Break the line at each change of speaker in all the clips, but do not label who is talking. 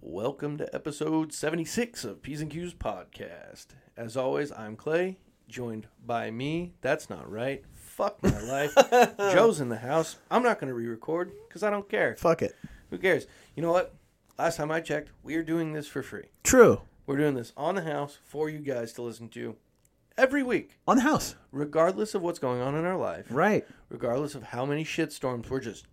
Welcome to episode 76 of P's and Q's podcast. As always, I'm Clay, joined by me. That's not right. Fuck my life. Joe's in the house. I'm not going to re record because I don't care.
Fuck it.
Who cares? You know what? Last time I checked, we are doing this for free.
True.
We're doing this on the house for you guys to listen to every week,
On the house.
regardless of what's going on in our life,
Right.
regardless of how many shitstorms we're just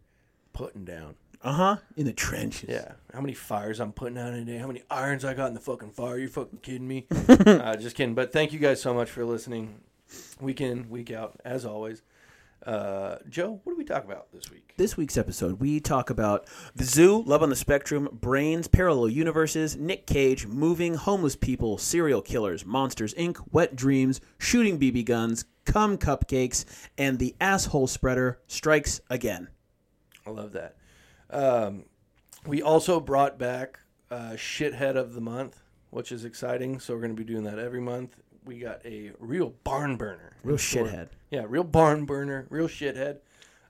putting down.
Uh huh. In the trenches.
Yeah. How many fires I'm putting out in a day? How many irons I got in the fucking fire? You fucking kidding me? uh, just kidding. But thank you guys so much for listening, week in, week out, as always. Uh, Joe, what do we talk about this week?
This week's episode, we talk about the zoo, love on the spectrum, brains, parallel universes, Nick Cage, moving, homeless people, serial killers, Monsters Inc., wet dreams, shooting BB guns, cum cupcakes, and the asshole spreader strikes again.
I love that. Um, we also brought back uh, shithead of the month, which is exciting. So we're going to be doing that every month. We got a real barn burner.
Real shithead.
Yeah, real barn burner, real shithead.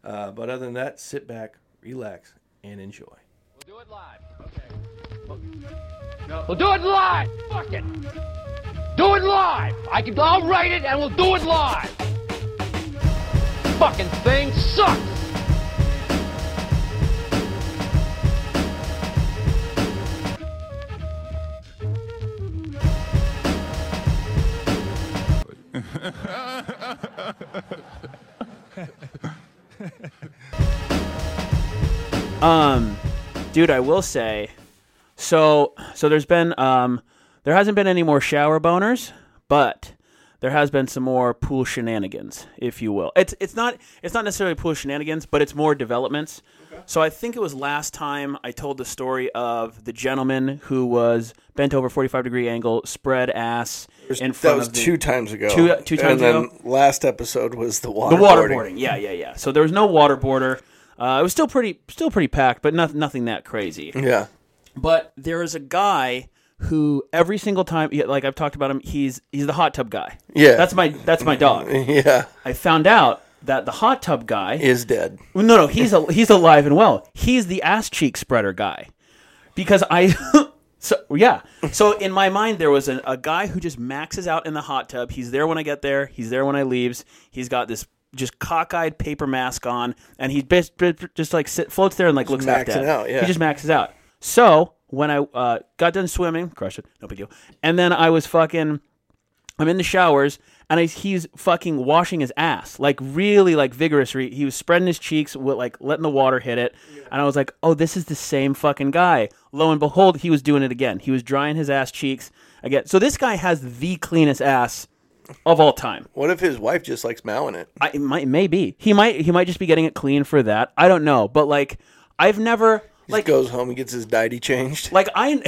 Uh, but other than that, sit back, relax, and enjoy.
We'll do it live. Okay. No. We'll do it live. Fuck it. Do it live. I can. I'll write it, and we'll do it live. Fucking thing sucks.
Um, dude, I will say, so so there's been um, there hasn't been any more shower boners, but there has been some more pool shenanigans, if you will. It's it's not it's not necessarily pool shenanigans, but it's more developments. So I think it was last time I told the story of the gentleman who was bent over 45 degree angle, spread ass in front
that was
of the,
two times ago.
Two- two times
and then
ago?
Last episode was the waterboarding.
the waterboarding. Yeah, yeah, yeah. So there was no waterboarder. Uh, it was still pretty still pretty packed, but not, nothing that crazy.
Yeah,
But there is a guy who every single time, yeah, like I've talked about him, he's he's the hot tub guy.
Yeah.
that's my that's my dog.
yeah,
I found out that the hot tub guy.
is dead.
Well, No, no, he's a, he's alive and well. He's the ass cheek spreader guy, because I, so yeah. So in my mind, there was a, a guy who just maxes out in the hot tub. He's there when I get there. He's there when I leaves. He's got this just cockeyed paper mask on, and he just, just like sit, floats there and like looks at
maxing
that.
out, yeah.
He just maxes out. So when I uh, got done swimming, crushed it, no big deal. And then I was fucking. I'm in the showers and I, he's fucking washing his ass like really like vigorously. He was spreading his cheeks, with, like letting the water hit it, and I was like, "Oh, this is the same fucking guy." Lo and behold, he was doing it again. He was drying his ass cheeks again. So this guy has the cleanest ass of all time.
What if his wife just likes mowing it?
I, it might maybe he might he might just be getting it clean for that. I don't know, but like I've never
He
like
goes home and gets his diety changed.
like I,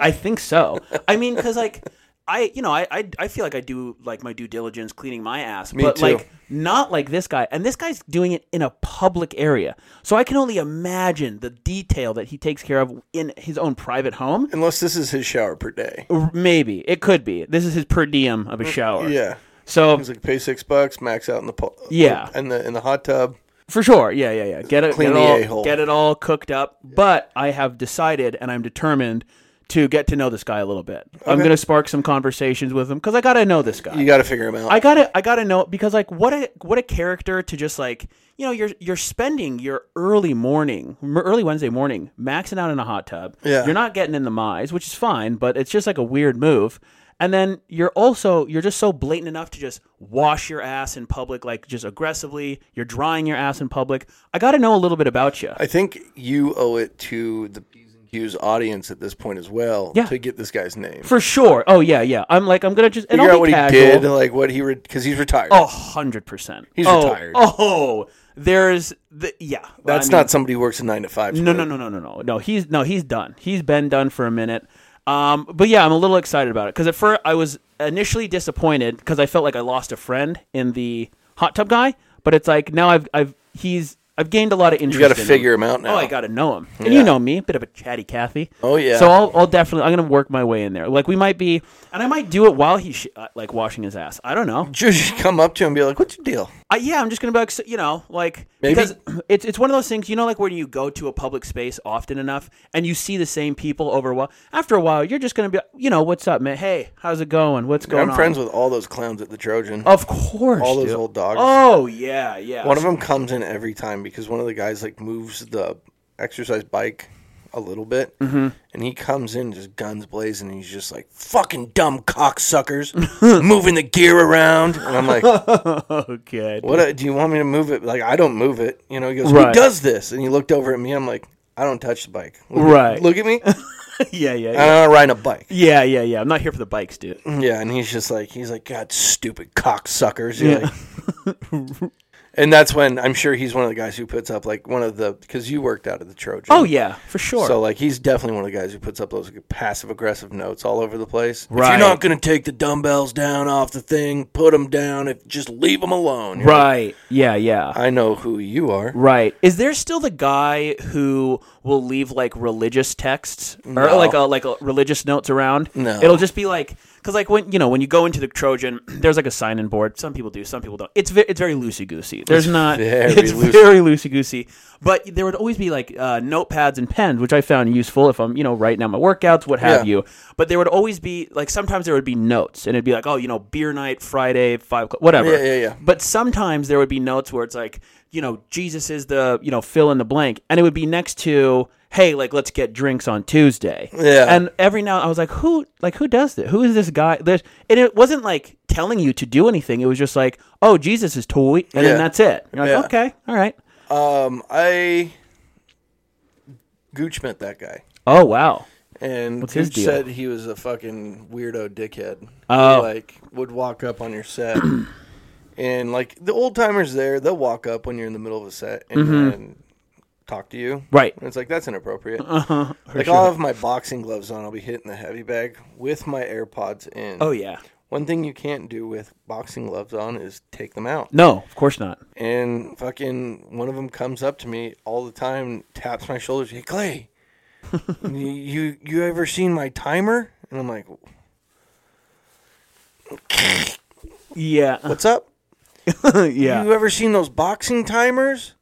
I think so. I mean, because like I, you know, I, I, I feel like I do like my due diligence cleaning my ass, but
too.
like not like this guy. And this guy's doing it in a public area, so I can only imagine the detail that he takes care of in his own private home.
Unless this is his shower per day.
R- Maybe it could be. This is his per diem of a shower.
Mm, Yeah,
So
he's like pay six bucks, max out in the pool.
Yeah.
in the in the hot tub.
For sure, yeah, yeah, yeah. Get it,
Clean
get it
the
all,
a-hole.
get it all cooked up. But I have decided, and I'm determined to get to know this guy a little bit. I'm going to spark some conversations with him because I got to know this guy.
You got to figure him out.
I gotta, I gotta know because like what a what a character to just like you know you're you're spending your early morning, m- early Wednesday morning, maxing out in a hot tub.
Yeah.
you're not getting in the mize, which is fine, but it's just like a weird move. And then you're also you're just so blatant enough to just wash your ass in public, like just aggressively. You're drying your ass in public. I gotta know a little bit about you.
I think you owe it to the P's and Q's audience at this point as well
Yeah.
to get this guy's name.
for sure. Oh yeah, yeah. I'm like I'm gonna just and
figure
I'll
out
be
what
casual. Oh,
he did, like what he because he's retired.
A hundred percent.
He's
oh,
retired.
Oh, there's the yeah. Well,
That's
I mean,
not somebody who works a nine to five.
No, no, no, no, no, no, no. He's no, he's done. He's been done for a minute. Um, but yeah, I'm a little excited about it because at first I was initially disappointed because I felt like I lost a friend in the hot tub guy. But it's like now I've I've he's I've gained a lot of interest.
You got
in
to
him.
figure him out now.
Oh, I got to know him. And you
Yeah.
know me, a bit of a chatty Cathy.
Oh, yeah.
So I'll, I'll definitely, I'm going to work my way in there. Like we might be, and I might do it while he's sh- uh, like washing his ass. I don't know.
Just come up to him and be like, "What's your deal?"
I, yeah, I'm just going to be like, so- you know, like
Maybe-
because it's it's one of those things, you know, like when you go to a public space often enough and you see the same people over a while. After a while, you're just going to be, you know, what's up, man? Hey, how's it going? What's going
I'm
on?
friends with all those clowns at the Trojan.
Of course,
all those
dude.
old dogs.
Oh yeah, yeah.
One of them comes in every time because one of the guys like moves the exercise bike a little bit,
Mm-hmm.
and he comes in just guns blazing, and he's just like "fucking dumb cocksuckers, moving the gear around." And I'm like,
okay.
"What uh, do you want me to move it?" Like I don't move it, you know. He goes, "Who
Right.
does this?" And he looked over at me. I'm like, "I don't touch the bike." Look,
Right.
Look Uh, at me.
yeah, yeah,
I'm
yeah.
not riding a bike.
yeah, yeah, yeah. I'm not here for the bikes, dude.
Yeah, and he's just like he's like, God, stupid cocksuckers. Yeah. and that's when I'm sure he's one of the guys who puts up like one of the because you worked out at the Trojan.
Oh yeah, for sure.
So like he's definitely one of the guys who puts up those passive aggressive notes all over the place. If
Right.
you're not gonna take the dumbbells down off the thing, put them down. If just leave them alone. You're like,
right. Yeah, yeah.
I know who you are.
Right. Is there still the guy who will leave like religious texts or like a, like a religious notes around?
No.
It'll just be like because like when you know when you go into the Trojan, there's like a sign in board. Some people do, some people don't. It's ve- it's very loosey goosey. There's not.
very
it's
loosey.
very loosey goosey. But there would always be like uh, notepads and pens, which I found useful if I'm you know writing out my workouts, what have
Yeah.
you. But there would always be like sometimes there would be notes, and it'd be like oh you know beer night Friday five o'clock whatever.
Yeah, yeah, yeah.
But sometimes there would be notes where it's like, you know, Jesus is the, you know, fill in the blank. And it would be next to, hey, like, let's get drinks on Tuesday.
Yeah.
And every now I was like, who, like, who does this? Who is this guy? There's, and it wasn't like telling you to do anything. It was just like, oh, Jesus is toy. And
Yeah.
then that's it. You're like,
Yeah.
okay, all right.
Um, I Gooch met that guy.
Oh, wow.
And Gooch
his deal?
said he was a fucking weirdo dickhead.
Oh.
Who, like would walk up on your set, and like the old timers there, they'll walk up when you're in the middle of a set and, and talk to you.
Mm-hmm. Right. Uh-huh,
And it's like that's inappropriate. like I'll have my boxing gloves on. I'll be hitting the heavy bag with my AirPods in.
Oh, yeah.
One thing you can't do with boxing gloves on is take them out.
No, of course not.
And fucking one of them comes up to me all the time, taps my shoulders. Hey Clay, you- you you ever seen my timer? And I'm like,
Yeah.
what's up?
yeah.
You ever seen those boxing timers?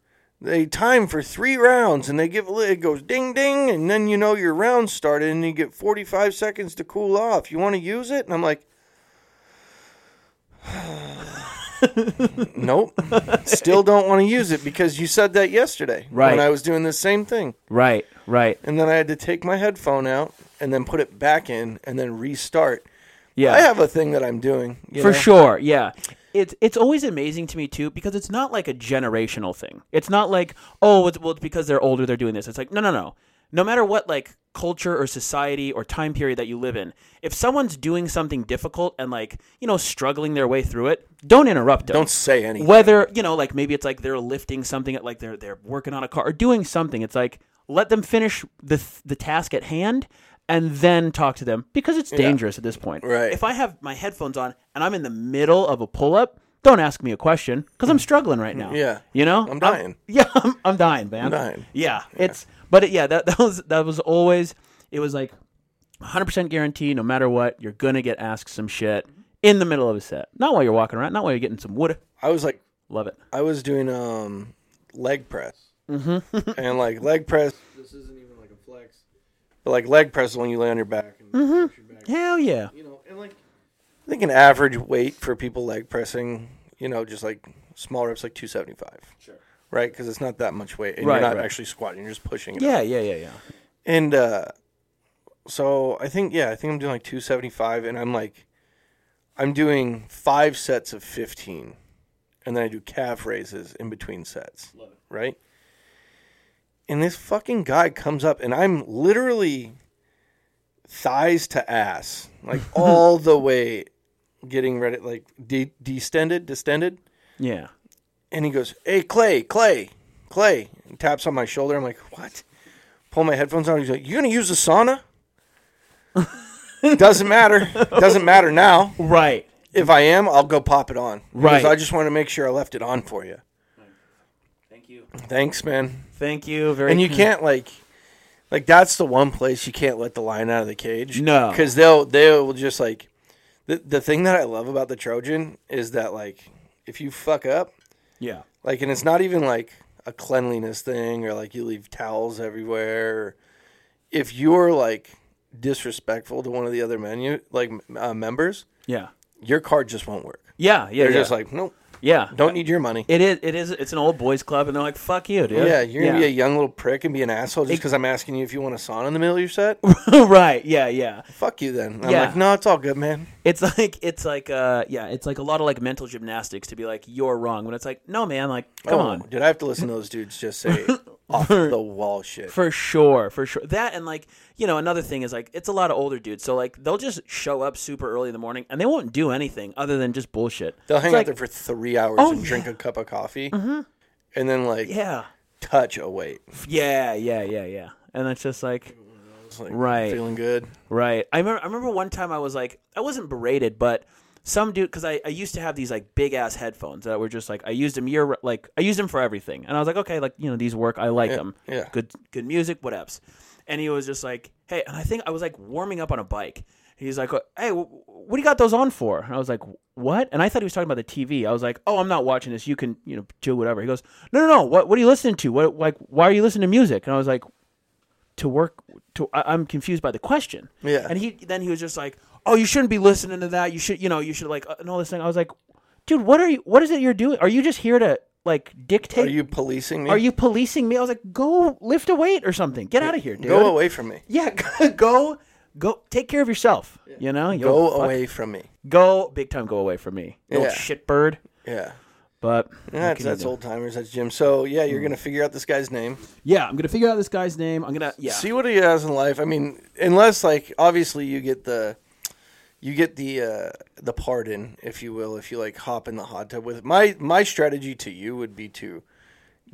They time for three rounds, and they give a li- it goes ding ding, and then you know your round started, and you get 45 seconds to cool off. You want to use it? And I'm like. nope. Still don't want to use it because you said that yesterday
Right.
when I was doing the same thing.
Right, right.
and then I had to take my headphone out and then put it back in and then restart.
Yeah.
I have a thing that I'm doing you
for
know?
sure yeah it's it's always amazing to me too because it's not like a generational thing it's not like oh it's, well it's because they're older they're doing this it's like no no no no matter what like culture or society or time period that you live in if someone's doing something difficult and like you know struggling their way through it don't interrupt them
Don't say anything.
whether you know like maybe it's like they're lifting something like they're they're working on a car or doing something it's like let them finish the th- the task at hand and then talk to them because it's dangerous at this point
Right.
if i have my headphones on and i'm in the middle of a pull-up don't ask me a question because i'm struggling right now
Yeah.
you know
I'm dying.
yeah i'm, I'm dying man
dying.
yeah, it's but it, yeah that, that was that was always it was like 100% guarantee no matter what you're gonna get asked some shit in the middle of a set not while you're walking around not while you're getting some wood
I was like,
love it
I was doing um leg press, mm-hmm. and like leg press. This isn't even like a flex, but like leg press is when you lay on your back. And
Mm. Hell yeah.
you know, and like I think an average weight for people leg pressing, you know, just like small reps, like 275. Sure. Right, because it's not that much weight, and
Right,
you're not
right.
actually squatting; you're just pushing. It up.
Yeah, yeah, yeah, yeah.
And uh, so I think, yeah, I think I'm doing like 275, and I'm like, I'm doing five sets of 15, and then I do calf raises in between sets, right? And this fucking guy comes up, and I'm literally thighs to ass, like all the way getting ready, like de- distended, distended
Yeah.
and he goes, "Hey, Clay, Clay, Clay," and taps on my shoulder. I'm like, "What?" Pull my headphones on. He's like, "You gonna use the sauna?" Doesn't matter. Doesn't matter now.
Right.
If I am, I'll go pop it on. He goes,
Right.
I just want to make sure I left it on for you.
Thank you.
Thanks, man.
Thank you very.
And you
much.
can't like, like that's the one place you can't let the lion out of the cage.
No.
because they'll they'll just like, the the thing that I love about the Trojan is that like if you fuck up,
Yeah.
like, and it's not even like a cleanliness thing or like you leave towels everywhere. Or if you're like disrespectful to one of the other menu like uh, members,
Yeah.
your card just won't work.
Yeah. Yeah.
They're
yeah.
just like, nope,
yeah.
don't need your money.
It is. It is. It's an old boys club, and they're like, "Fuck you, dude."
Yeah, you're gonna be a young little prick and be an asshole just because I'm asking you if you want a sauna in the middle of your set.
right. Yeah. Yeah.
Fuck you then. And I'm
Yeah.
like, no, it's all good, man.
It's like it's like uh yeah. It's like a lot of like mental gymnastics to be like you're wrong, but it's like no man, like come
Oh,
on.
dude. I have to listen to those dudes just say off the wall shit.
For sure, for sure. That and like you know another thing is like it's a lot of older dudes, so like they'll just show up super early in the morning and they won't do anything other than just bullshit.
They'll hang
It's
out
like,
there for three hours
Oh, Uh-huh.
and drink a cup of coffee, and then like
Yeah,
touch a weight.
yeah, yeah, yeah, yeah. And it's just like
It's like,
Right.
feeling good.
Right. I remember. I remember one time I was like, I wasn't berated, but some dude because I, I used to have these like big ass headphones that were just like I used them year like I used them for everything, and I was like, okay, like you know these work, I like them.
yeah.
Good good music, what whatevs. And he was just like, hey, and I think I was like warming up on a bike. He's like, hey, wh- what do you got those on for? And I was like, what? And I thought he was talking about the TV. I was like, oh, I'm not watching this. You can, you know, do whatever. He goes, no, no, no. What, what are you listening to? What, like, why are you listening to music? And I was like, to work to I, i'm confused by the question
Yeah.
and he then he was just like oh you shouldn't be listening to that you should you know you should like uh, and all this thing i was like dude what are you what is it you're doing are you just here to like dictate
Are you policing me?
are you policing me i was like go lift a weight or something get out of here dude
go away from me?
yeah go go take care of yourself you know you
Go
old fuck.
away from me.
go big time go away from me you old
Yeah.
shitbird
Yeah.
but what
That's,
can you
that's
do? Hmm.
old timers. That's Jim. So yeah, you're gonna figure out this guy's name.
yeah i'm gonna figure out this guy's name i'm gonna yeah
see what he has in life. I mean, unless like obviously you get the you get the uh the pardon, if you will, if you like hop in the hot tub with my my strategy to you would be to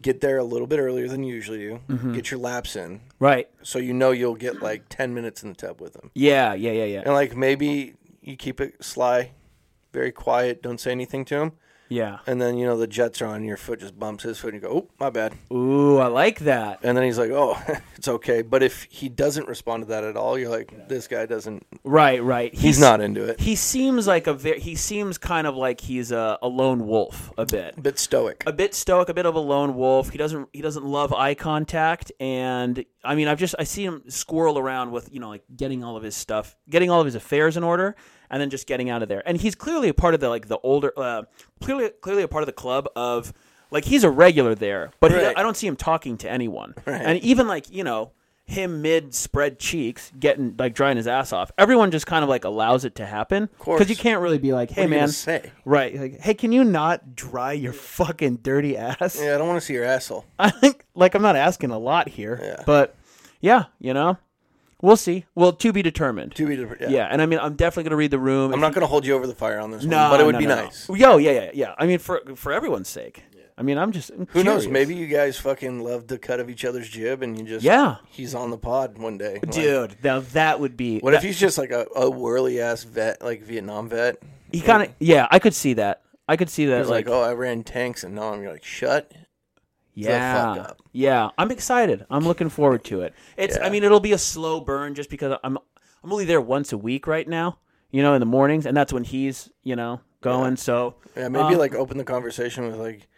get there a little bit earlier than you usually do,
Mm-hmm.
get your laps in,
right
so you know you'll get like ten minutes in the tub with him,
yeah yeah yeah yeah
and like maybe you keep it sly, very quiet, don't say anything to him.
yeah
And then you know the jets are on your foot, just bumps his foot, and you go, "Oh, my bad."
ooh i like that
And then he's like, "Oh, it's okay." But if he doesn't respond to that at all, you're like, "This guy doesn't.
Right, right.
He's not into it."
He seems like a very. He seems kind of like he's a, a lone wolf a bit,
A bit stoic.
a bit stoic, a bit of a lone wolf. He doesn't. He doesn't love eye contact, and I mean, I've just I see him squirrel around with you know like getting all of his stuff, getting all of his affairs in order, and then just getting out of there. And he's clearly a part of the like the older, uh, clearly clearly a part of the club of like he's a regular there, but he,
Right.
I don't see him talking to anyone. And even like you know him mid spread cheeks getting like drying his ass off. Everyone just kind of like allows it to happen
course.
because you can't really be like, hey
you gonna
man,
say?
right? Like, hey, can you not dry your fucking dirty ass?
Yeah, I don't want to see your asshole.
I think like I'm not asking a lot here,
Yeah.
but yeah, you know, we'll see. Well, to be determined.
To be different. Yeah.
yeah. and I mean, I'm definitely gonna read the room.
I'm not going to hold you over the fire on this
No,
one, but it would
no,
be
no, no.
nice.
Yo, yeah, yeah, yeah. I mean, for for everyone's sake. I mean, I'm just. I'm
Who knows? Maybe you guys fucking love the cut of each other's jib, and you just
Yeah.
He's on the pod one day, Like,
dude. Now that would be.
what if he's just like a, a whirly ass vet, like Vietnam vet?
He kind of. Yeah, I could see that. I could see that.
He's like, oh, I ran tanks, and now I'm like, shut.
Yeah,
fuck up.
yeah. I'm excited. I'm looking forward to it. It's. I
Yeah.
mean, it'll be a slow burn just because I'm. I'm only there once a week right now. You know, in the mornings, and that's when he's. You know, going. So.
Yeah, maybe
um,
like open the conversation with like,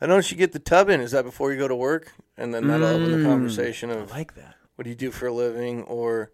I noticed you get the tub in. Is that before you go to work? And then that'll
Mm.
open the conversation of
like that.
what do you do for a living, or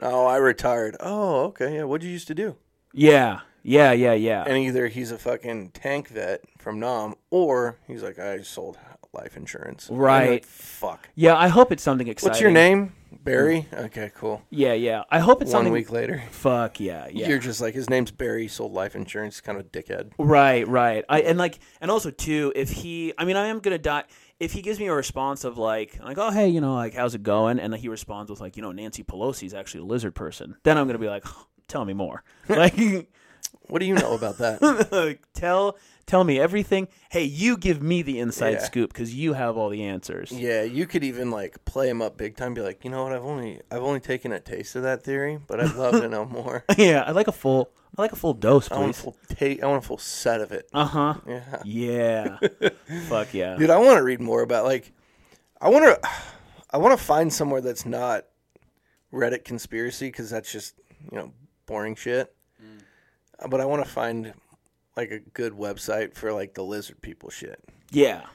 oh, I retired. Oh, okay, yeah. What would you used to do?
Yeah, yeah, yeah, yeah.
And either he's a fucking tank vet from Nam, or he's like, I sold life insurance. And you're
Right.
like, Fuck.
yeah, I hope it's something exciting.
What's your name? Barry. Okay, cool.
Yeah, yeah. I hope it's
One
something.
week later,
Fuck yeah, yeah.
you're just like, his name's Barry. Sold life insurance. Kind of a dickhead.
Right, right. I and like and also too, if he I mean I am gonna die if he gives me a response of like like, oh hey, you know, like how's it going? And he responds with like, you know, Nancy Pelosi's actually a lizard person, then I'm gonna be like, tell me more. like
What do you know about that?
tell tell me everything. Hey, you give me the inside
Yeah.
scoop because you have all the answers.
yeah, you could even like play him up big time. Be like, you know what? I've only I've only taken a taste of that theory, but I'd love to know more.
Yeah, I like a full I like a full dose,
I want a
please.
full ta- I want a full set of it.
Uh huh.
Yeah.
Yeah. Fuck yeah.
Dude, I want to read more about like I want to I want to find somewhere that's not Reddit conspiracy cuz that's just, you know, boring shit. Uh,
Mm.
But I want to find like a good website for like the lizard people shit.
Yeah.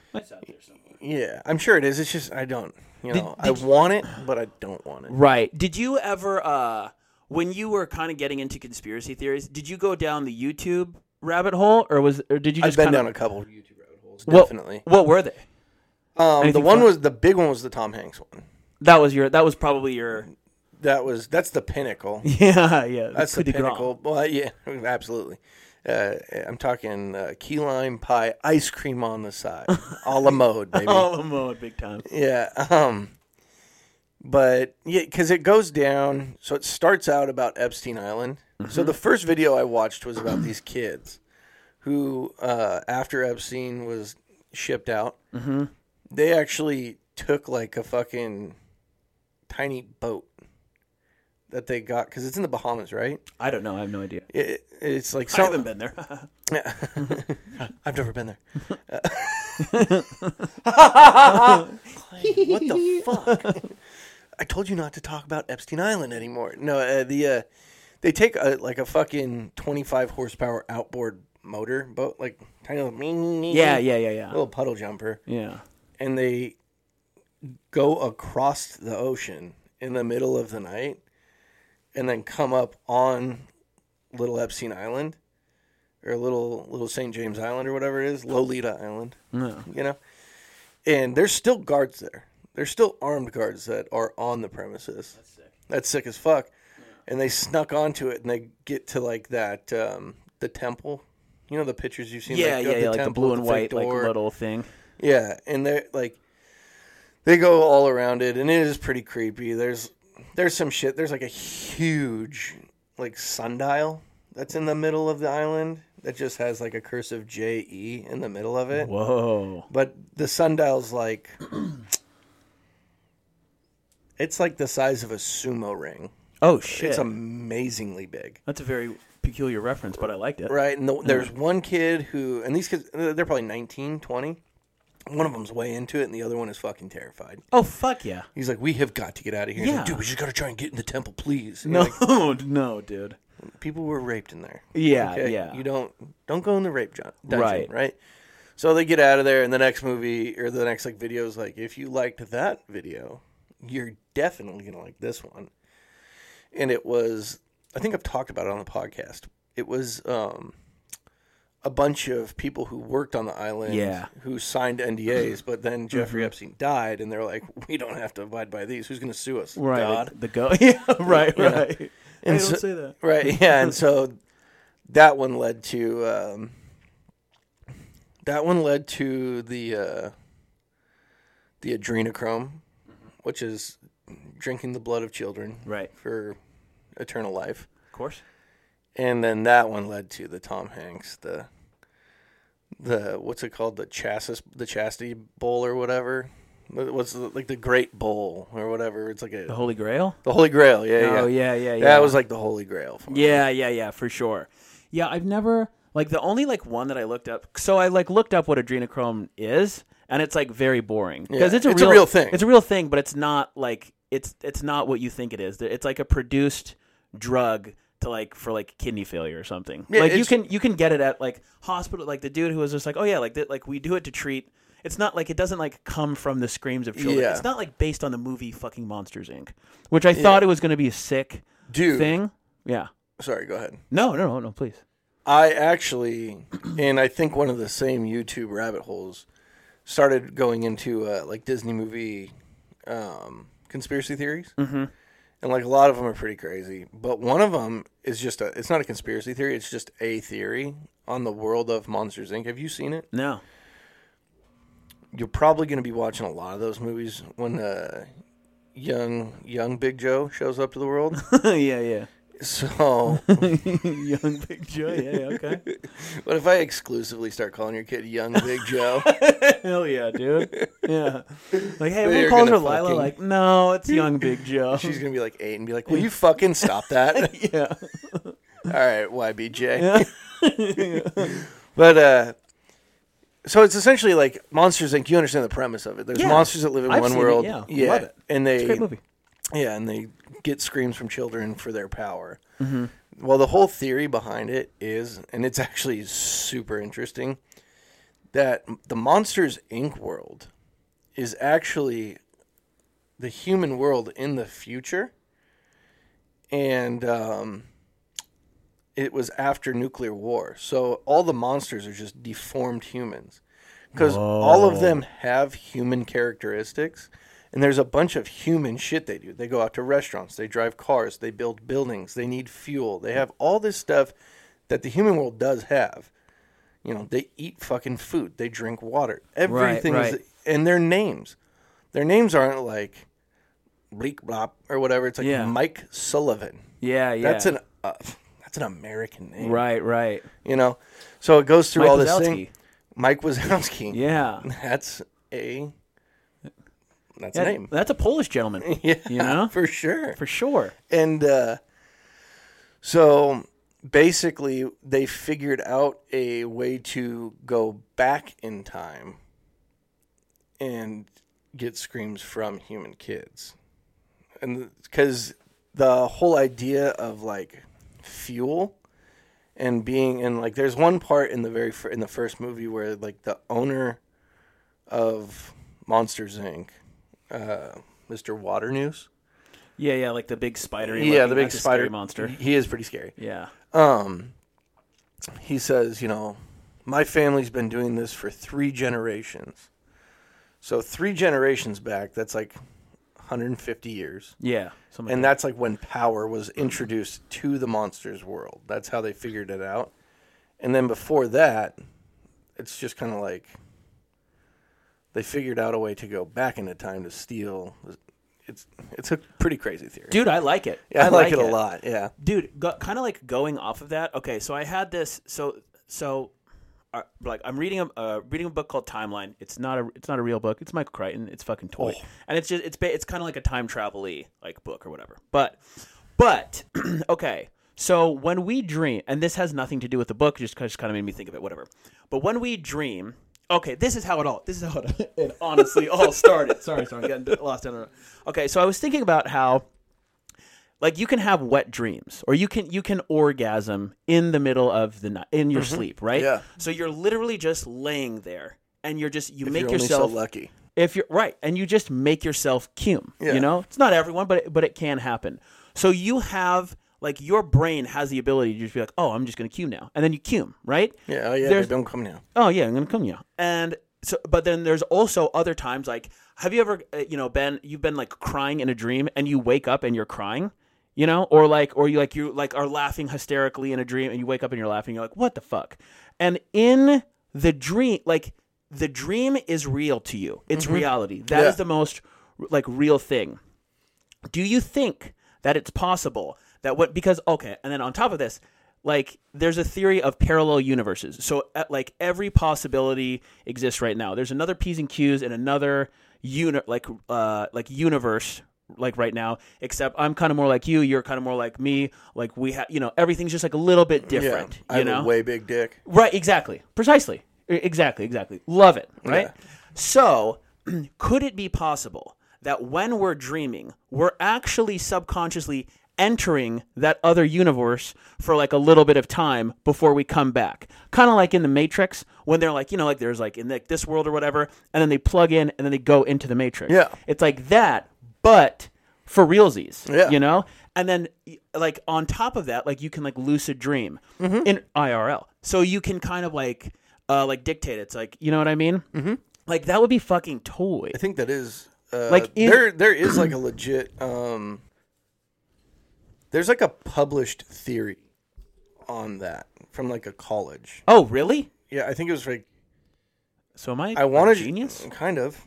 Yeah, I'm sure it is. It's just I don't, you know, I want it, but I don't want it.
Right. Did you ever uh when you were kind of getting into conspiracy theories, did you go down the YouTube rabbit hole or was or did you
I've
just
been
kinda,
down a couple of YouTube rabbit holes,
what,
definitely.
What were they?
um, the
anything
one
fun?
was the big one was the Tom Hanks one.
That was your that was probably your
That was that's the pinnacle.
Yeah, yeah.
That's
coup
the
de grace.
pinnacle. Well, yeah, absolutely. Uh, I'm talking uh, key lime pie, ice cream on the side, a la mode, baby.
All of them at Oh, big time.
Yeah. Um, but yeah, because it goes down. So it starts out about Epstein Island. So the first video I watched was about these kids who, uh, after Epstein was shipped out, they actually took like a fucking tiny boat that they got because it's in the Bahamas, right?
I don't know, I have no idea.
It, it's like
I
some,
haven't been there.
I've never been there. Uh, Clay, what the fuck? I told you not to talk about Epstein Island anymore. No, uh, the uh, they take a, like a fucking twenty-five horsepower outboard motor boat, like tiny little
yeah, yeah, yeah, yeah.
little puddle jumper,
Yeah.
and they go across the ocean in the middle of the night, and then come up on Little Epstein Island, or Little Little St James Island, or whatever it is, Lolita Island. You know, and there's still guards there. There's still armed guards that are on the premises. That's sick. That's sick as fuck. And they snuck onto it, and they get to like that um, the temple. You know the pictures you've seen,
Yeah,
like,
yeah,
of
yeah, like the
temple
blue
with
and white
fake
like
door.
little thing.
Yeah, and they're like they go all around it and it is pretty creepy. There's there's some shit. There's like a huge like sundial that's in the middle of the island that just has like a cursive J E in the middle of it.
Whoa.
But the sundial's like it's like the size of a sumo ring.
Oh shit.
It's amazingly big.
That's a very peculiar reference, but I liked it.
Right, and the, there's one kid who, and these kids, they're probably 19, 20. One of them's way into it, and the other one is fucking terrified.
Oh fuck yeah.
He's like, we have got to get out of here. He's like,
Yeah.
dude, we just got to try and get in the temple, please. And
No,
you're like,
Oh, no, dude.
people were raped in there.
Yeah, yeah.
You don't don't go in the rape jun- dungeon,
Right.
right? So they get out of there, and the next movie or the next like video is like, if you liked that video, you're definitely gonna like this one. And it was, I think I've talked about it on the podcast. It was um, a bunch of people who worked on the island,
Yeah. Mm-hmm.
who signed NDAs, but then Jeffrey Epstein died, and they're like, we don't have to abide by these. Who's gonna sue us?
Right.
God.
The go. Yeah. Right. Right. Hey,
And so-
don't say that.
Right. Yeah. And so that one led to um, that one led to the uh, the adrenochrome, which is drinking the blood of children
Right.
for eternal life.
Of course.
And then that one led to the Tom Hanks the the what's it called the chassis the chastity bowl or whatever. What- What's the, like the Great Bowl or whatever? It's like a
The Holy Grail.
the Holy Grail. Yeah,
Oh yeah,
yeah,
yeah, yeah.
That was like the Holy Grail. For me.
Yeah, yeah, yeah, for sure. Yeah, I've never like the only like one that I looked up. So I like looked up what adrenochrome is, and it's like very boring because
Yeah,
it's a
it's a
real,
real thing.
It's a real thing, but it's not like it's it's not what you think it is. It's like a produced drug to like for like kidney failure or something.
Yeah,
like you
it's-
can you can get it at like hospital. Like the dude who was just like, oh yeah, like that. Like we do it to treat. It's not like it doesn't like come from the screams of children.
Yeah.
It's not like based on the movie fucking Monsters Inc., which I thought it was going to be a sick
Dude.
thing. Yeah.
Sorry, go ahead.
No, no, no, no, please.
I actually, and I think one of the same YouTube rabbit holes, started going into uh, like Disney movie um, conspiracy theories, mm-hmm. and like a lot of them are pretty crazy. But one of them is just a, it's not a conspiracy theory; it's just a theory on the world of Monsters Inc. Have you seen it?
No.
You're probably going to be watching a lot of those movies when uh, young young Big Joe shows up to the world.
yeah, yeah.
So,
Young Big Joe. Yeah, okay.
what if I exclusively start calling your kid Young Big Joe?
Hell yeah, dude. Yeah. Like, hey,
They
we'll
are
call her
gonna
Lila.
fucking-
Like, no, it's Young Big Joe.
She's gonna be like eight and be like, "Will you fucking stop that?"
yeah.
All right, YBJ.
Yeah.
But uh, so it's essentially like Monsters Inc. You understand the premise of it? There's
Yeah.
monsters that live in
I've
one
seen it,
world.
yeah. Love it.
and they
It's a great movie.
yeah, and they get screams from children for their power.
Mm-hmm.
Well, the whole theory behind it is, and it's actually super interesting, that the Monsters Inc. world is actually the human world in the future, and um, it was after nuclear war. So all the monsters are just deformed humans because all of them have human characteristics. And there's a bunch of human shit they do. They go out to restaurants, they drive cars, they build buildings, they need fuel, they have all this stuff that the human world does have. You know, they eat fucking food, they drink water, everything
right.
is, and their names. Their names aren't like bleak blop or whatever. It's like
Yeah.
Mike Sullivan.
Yeah, yeah.
That's an uh, that's an American name,
Right, right.
You know, so it goes through
Mike
all this
Wazowski.
thing. Mike Wazowski.
Yeah.
That's a that's
That-
a name.
That's a Polish gentleman.
yeah,
You know?
for sure.
For sure.
And uh, so basically, they figured out a way to go back in time and get screams from human kids. And because the whole idea of like fuel and being and like there's one part in the very fir- in the first movie where like the owner of Monsters Inc. Uh, Mr. Water News
Yeah, yeah, like the big spider.
yeah, the big spider
monster.
He is pretty scary.
Yeah.
Um, he says, you know, my family's been doing this for three generations. So three generations back, that's like 150 years,
Yeah. Something
and
like
that's like when power was introduced to the monsters world. That's how they figured it out. And then before that, it's just kind of like they figured out a way to go back into time to steal. It's it's a pretty crazy theory.
that. Dude, I like it.
yeah, I, like, it a lot. Yeah.
dude go, kind of like going off of that okay so i had this so so uh, like i'm reading a uh, reading a book called timeline it's not a it's not a real book it's michael crichton it's fucking toy and it's just it's ba- it's kind of like a time travel like book or whatever but but okay so when we dream and this has nothing to do with the book just, just kind of made me think of it whatever but when we dream okay this is how it all this is how it, it honestly all started sorry sorry i'm getting lost in it okay so i was thinking about how like you can have wet dreams or you can you can orgasm in the middle of the night in your sleep right
Mm-hmm. Yeah.
so you're literally just laying there and you're just you make
You're only so
yourself
lucky.
if you're right and you just make yourself cum
Yeah.
you know it's not everyone but it, but it can happen so you have like your brain has the ability to just be like oh i'm just gonna cum now and then you cum right
Yeah, oh yeah,
There's-
they don't come now.
oh yeah i'm gonna come yeah and so but then there's also other times like have you ever uh, you know been you've been like crying in a dream and you wake up and you're crying you know or like or you like you like are laughing hysterically in a dream and you wake up and you're laughing you're like what the fuck and in the dream like the dream is real to you it's reality That is
Yeah.
the most like real thing do you think that it's possible that what because okay and then on top of this like there's a theory of parallel universes so at, like every possibility exists right now there's another p's and q's in another uni- like uh like universe like right now except i'm kind of more like you you're kind of more like me like we have you know everything's just like a little bit different
Yeah, I
you
have
know
a way big dick.
Right, exactly. Precisely. E- Exactly, exactly. Love it, right?
Yeah.
So, could it be possible that when we're dreaming, we're actually subconsciously entering that other universe for like a little bit of time before we come back? Kind of like in the Matrix when they're like, you know, like there's like in like this world or whatever, and then they plug in and then they go into the Matrix.
Yeah.
It's like that, but for realsies,
Yeah.
you know? And then y- like on top of that, like you can like lucid dream
Mm-hmm.
in IRL. So you can kind of like uh like dictate it. it's like, you know what I mean? Mm-hmm. Like that would be fucking toy.
I think that is uh,
Like,
like
in-
there there is like a legit um there's like a published theory on that from like a college.
Oh, really?
Yeah, I think it was like
So am I
I wanted
a genius?
kind of.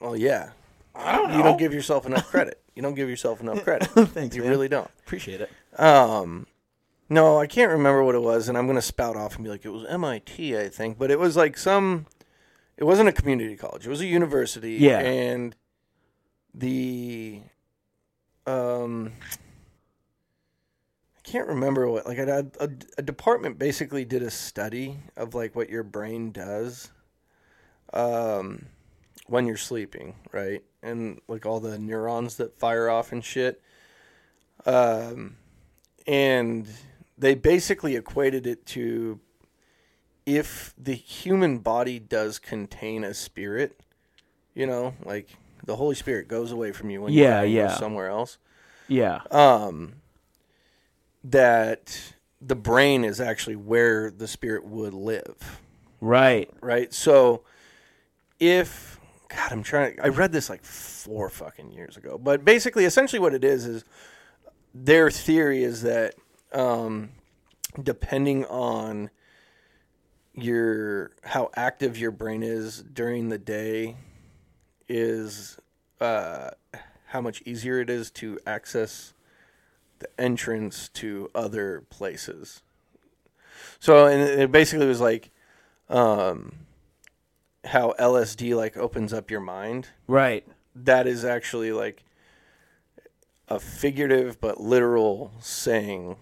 Well, yeah. I don't know. You don't give yourself enough credit. You don't give yourself enough credit.
Thanks,
You
man.
really don't.
Appreciate it.
Um, no, I can't remember what it was, and I'm gonna spout off and be like, it was MIT, I think, but it was like some. It wasn't a community college. It was a university.
Yeah.
And the, um, I can't remember what. Like, I had a, a department basically did a study of like what your brain does, um, when you're sleeping, right, and like all the neurons that fire off and shit. Um, and they basically equated it to if the human body does contain a spirit, you know, like the Holy Spirit goes away from you when you
Yeah,
die and
yeah.
goes somewhere else.
Yeah.
Um, that the brain is actually where the spirit would live,
right.
right? So if God, I'm trying. I read this like four fucking years ago, but basically, essentially, what it is is their theory is that um, depending on your how active your brain is during the day is uh, how much easier it is to access the entrance to other places. So, and it basically was like um, how LSD like opens up your mind.
Right.
That is actually like a figurative but literal saying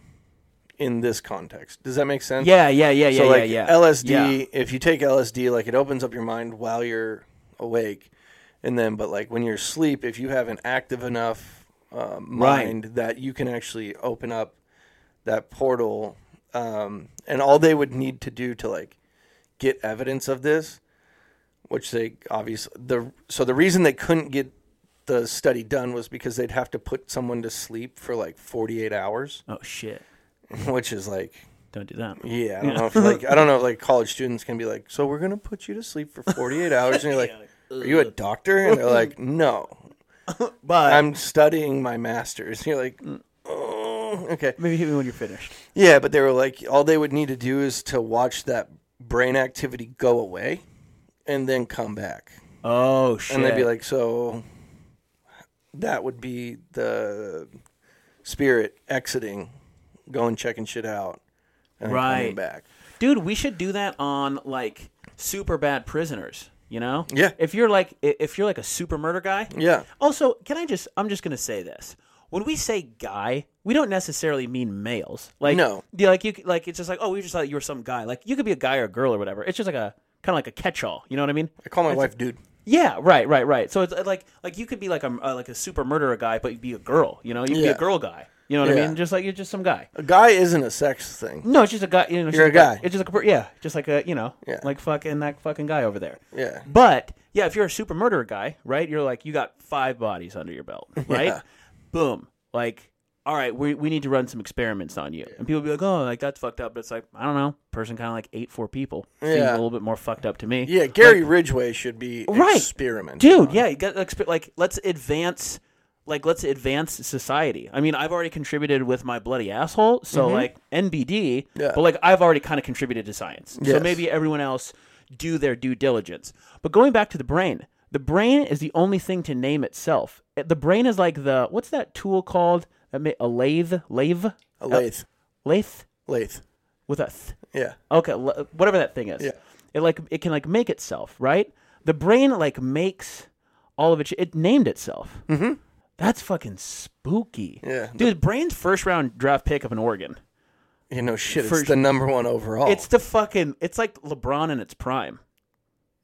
in this context. Does that make sense?
Yeah. Yeah. Yeah. Yeah.
So
yeah.
like
yeah.
LSD,
Yeah.
if you take LSD, like it opens up your mind while you're awake, and then but like when you're asleep, if you have an active enough uh,
Right.
mind that you can actually open up that portal, um, and all they would need to do to like get evidence of this, which they obviously the so the reason they couldn't get the study done was because they'd have to put someone to sleep for like 48 hours,
Oh shit!
which is like
Don't do that.
yeah, I don't know if like I don't know if like college students can be like, so we're gonna put you to sleep for forty eight hours, and you're like, are you a doctor? And they're like, no,
But
I'm studying my master's. And you're like, oh, okay,
maybe hit me when you're finished.
Mm. yeah, but they were like, all they would need to do is to watch that brain activity go away, and then come back,
Oh shit!
and they'd be like, so that would be the spirit exiting, going checking shit out, and then coming
Right.
back.
dude, we should do that on like super bad prisoners. You know?
Yeah.
If you're like, i- if you're like a super murder guy.
Yeah.
Also, can I just? I'm just gonna say this. When we say guy, we don't necessarily mean males. Like
No.
yeah, like you, like it's just like oh, we just thought you were some guy. Like you could be a guy or a girl or whatever. It's just like a kind of like a catch-all. You know what I mean?
I call my wife, dude.
Yeah, right, right, right. So it's uh, like like you could be like a uh, like a super murderer guy, but you'd be a girl. You know, you'd be
Yeah.
a girl guy. You know what I
Yeah.
mean? Just like you're just some guy.
A guy isn't a sex thing.
No, it's just a guy. You know, it's
You're
just
a guy.
It's just like a per- yeah, just like a you know,
Yeah.
like fucking that fucking guy over there.
Yeah.
But yeah, if you're a super murderer guy, right? You're like you got five bodies under your belt, right?
Yeah.
Boom. Like, all right, we we need to run some experiments on you, and people be like, oh, like that's fucked up. But it's like I don't know, person kind of like ate four people. Seems
Yeah.
a little bit more fucked up to me.
Yeah, Gary Ridgway should be
Right.
experimenting.
dude
on.
yeah you got exp- like let's advance like let's advance society i mean i've already contributed with my bloody asshole so like nbd
Mm-hmm. Yeah.
but like i've already kind of contributed to science so
Yes.
maybe everyone else do their due diligence but going back to the brain the brain is the only thing to name itself It- the brain is like the what's that tool called That ma- a lathe lathe
A lathe.
lathe
Lathe.
with a th
Yeah.
Okay, l- whatever that thing is.
Yeah.
It like it can like make itself, right? The brain like makes all of it. It named itself. Mm-hmm. That's fucking spooky.
Yeah.
dude. Brain's first round draft pick of an Oregon.
You know, shit,
For-
it's the number one overall.
It's the fucking. It's like LeBron in its prime.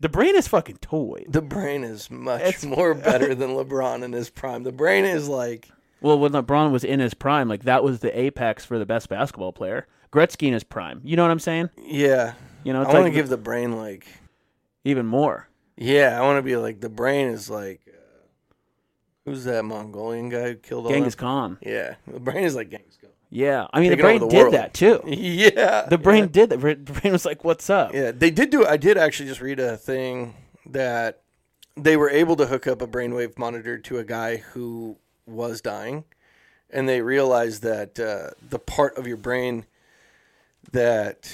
The brain is fucking toy.
the brain is much
It's-
more better than LeBron in his prime. The brain is like,
Well, when LeBron was in his prime, like that was the apex for the best basketball player. Gretzky in his prime. You know what I'm saying?
yeah.
You know,
I
it's
want to
like
give the brain like,
even more.
yeah, I want to be like the brain is like, uh, who's that Mongolian guy who killed all
Genghis
them?
Khan.
Yeah, the brain is like Genghis Khan.
Yeah, I mean
Taking
the brain
over the
did
world.
that too.
Yeah,
The brain did that. The brain was like, "What's up?"
Yeah, they did do. I did actually just read a thing that they were able to hook up a brainwave monitor to a guy who was dying, and they realized that uh, the part of your brain that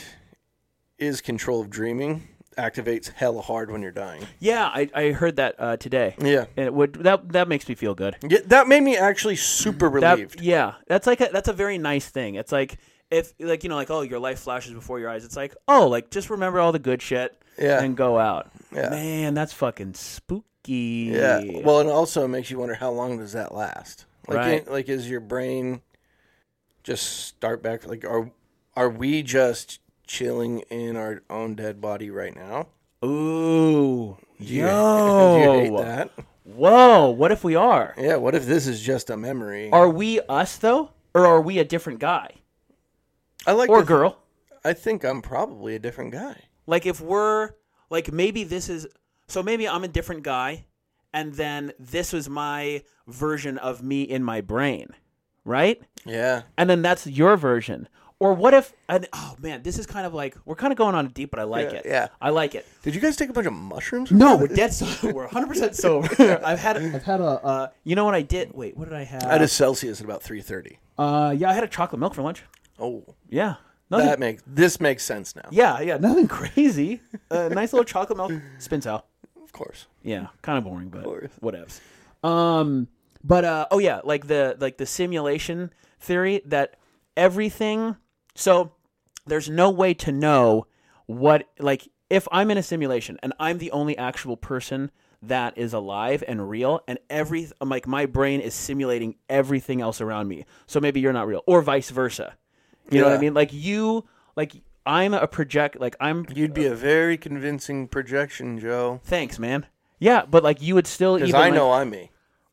is control of dreaming activates hella hard when you're dying.
Yeah, I, I heard that uh, today.
Yeah.
And it would that that makes me feel good.
Yeah, that made me actually super
That-
relieved.
yeah, that's like a, that's a very nice thing. It's like if like you know like oh your life flashes before your eyes. It's like oh like just remember all the good shit
Yeah.
and go out.
Yeah.
Man, that's fucking spooky.
yeah. Well, and also it makes you wonder how long does that last? Like,
Right.
it- like is your brain just start back? Like, are are we just chilling in our own dead body right now?
Ooh.
Do you
Yo.
hate that?
Whoa. What if we are?
Yeah. What if this is just a memory?
Are we us though, or are we a different guy
I like.
or
to-
girl?
I think I'm probably a different guy.
Like if we're like maybe this is so maybe I'm a different guy and then this was my version of me in my brain, right?
Yeah.
And then that's your version. Or what if and oh man, this is kind of like we're kind of going on deep, but I like
Yeah,
it.
yeah.
I like it.
Did you guys take a bunch of mushrooms?
No, we're dead sober. We're 100 percent sober. I've had I've had a uh, you know what I did? Wait, what did I have?
At a Celsius at about three thirty.
uh, yeah, I had a chocolate milk for lunch.
Oh,
Yeah, nothing.
that makes this makes sense now.
yeah, yeah, nothing crazy. A nice little chocolate milk spinzel.
Of course.
Yeah, kind of boring, but whatevs. Um, but uh, oh yeah, like the like the simulation theory that everything. So there's no way to know what like if I'm in a simulation and I'm the only actual person that is alive and real, and every I'm like my brain is simulating everything else around me. So maybe you're not real, or vice versa. You know what I
Yeah.
mean? Like you, like I'm a project, like I'm.
You'd be a very convincing projection, Joe.
Thanks, man. Yeah, but like you would still
Because
even
I
like-
know I'm me.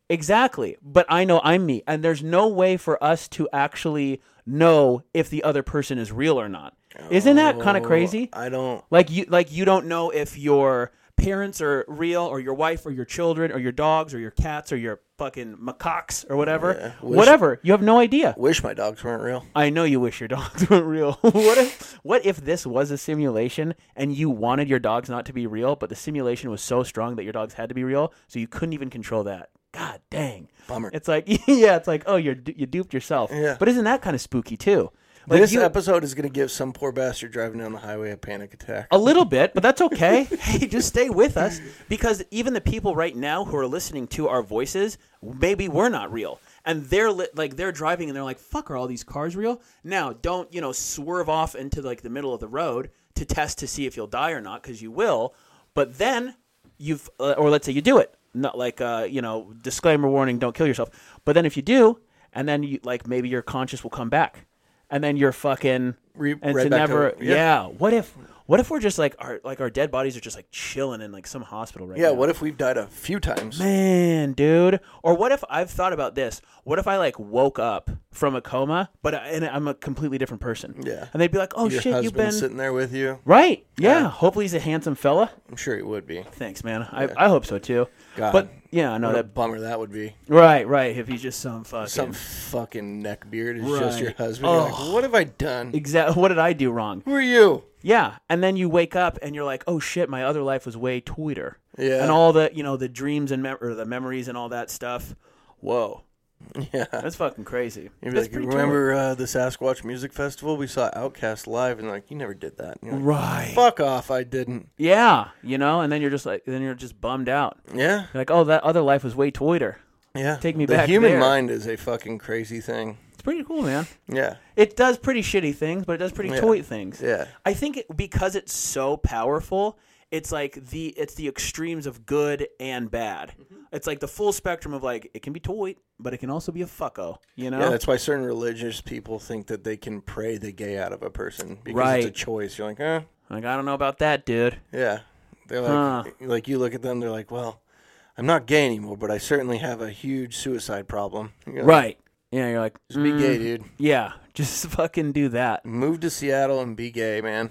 Exactly. But I know I'm me. And there's no way for us to actually know if the other person is real or not. Isn't that kind of crazy?
Oh, I don't.
Like you like you don't know if your parents are real or your wife or your children or your dogs or your cats or your fucking macaques or whatever.
wish-
whatever. You have no idea.
Wish my dogs weren't real.
I know you wish your dogs weren't real. what if what if this was a simulation and you wanted your dogs not to be real, but the simulation was so strong that your dogs had to be real, so you couldn't even control that? God dang.
Bummer.
It's like yeah, it's like oh you're du- you duped yourself.
Yeah.
But isn't that kind of spooky too? Like
this
you,
episode is going to give some poor bastard driving down the highway a panic attack.
a little bit, but that's okay. hey, just stay with us because even the people right now who are listening to our voices, maybe we're not real. And they're li- like they're driving and they're like, "Fuck, are all these cars real?" Now, don't you know, swerve off into like the middle of the road to test to see if you'll die or not, because you will. But then you've, uh, or let's say you do it, not like uh, you know, disclaimer warning, don't kill yourself. But then if you do, and then you like maybe your conscience will come back, and then you're fucking
Re-
and
right
to
back to
never,
it.
yeah.
Yeah.
What if what if we're just like our like our dead bodies are just like chilling in like some hospital right
yeah,
now?
what if we've died a few times?
Man, dude. Or what if I've thought about this? What if I like woke up from a coma, but I, and I'm a completely different person?
Yeah.
And they'd be like, "Oh
Your
shit, you've
husband's
been
sitting there with you.
right." Yeah. Hopefully he's a handsome fella.
I'm sure he would be.
Thanks, man. I, I hope so too.
God.
But yeah, I know
What a
that.
bummer that would be.
Right, right. If he's just some fucking
Some fucking neckbeard is just your
Right.
husband. You're like, what have I done?
exact. What did I do wrong?
Who are you?
Yeah, and then you wake up and you're like, "Oh shit, my other life was way tweeter."
Yeah.
and all the you know the dreams and mem- or the memories and all that stuff. Whoa,
Yeah.
that's fucking crazy.
You'd be
That's
like, you
pretty
remember uh, the Sasquatch Music Festival? We saw Outcast live, and like, you never did that. And you're
dope.
like,
right?
Fuck off, I didn't.
Yeah, you know, and then you're just like, then you're just bummed out.
Yeah,
You're like, oh, that other life was way tweeter.
yeah.
Take me
the
back
The human
there.
mind is a fucking crazy thing.
It's pretty cool, man.
Yeah,
It does pretty shitty things, but it does pretty
Yeah.
tweet things.
Yeah.
I think it, because it's so powerful, it's like the it's the extremes of good and bad.
Mm-hmm.
It's like the full spectrum of like it can be tweet, but it can also be a fucko. You know?
yeah. That's why certain religious people think that they can pray the gay out of a person because it's a
Right.
choice. You're like, eh,
like I don't know about that, dude.
yeah. They're like, like you look at them, they're like, well, I'm not gay anymore, but I certainly have a huge suicide problem. You're like,
Right. Mm. Yeah, you're like,
Just be gay, dude.
yeah, just fucking do that.
Move to Seattle and be gay, man.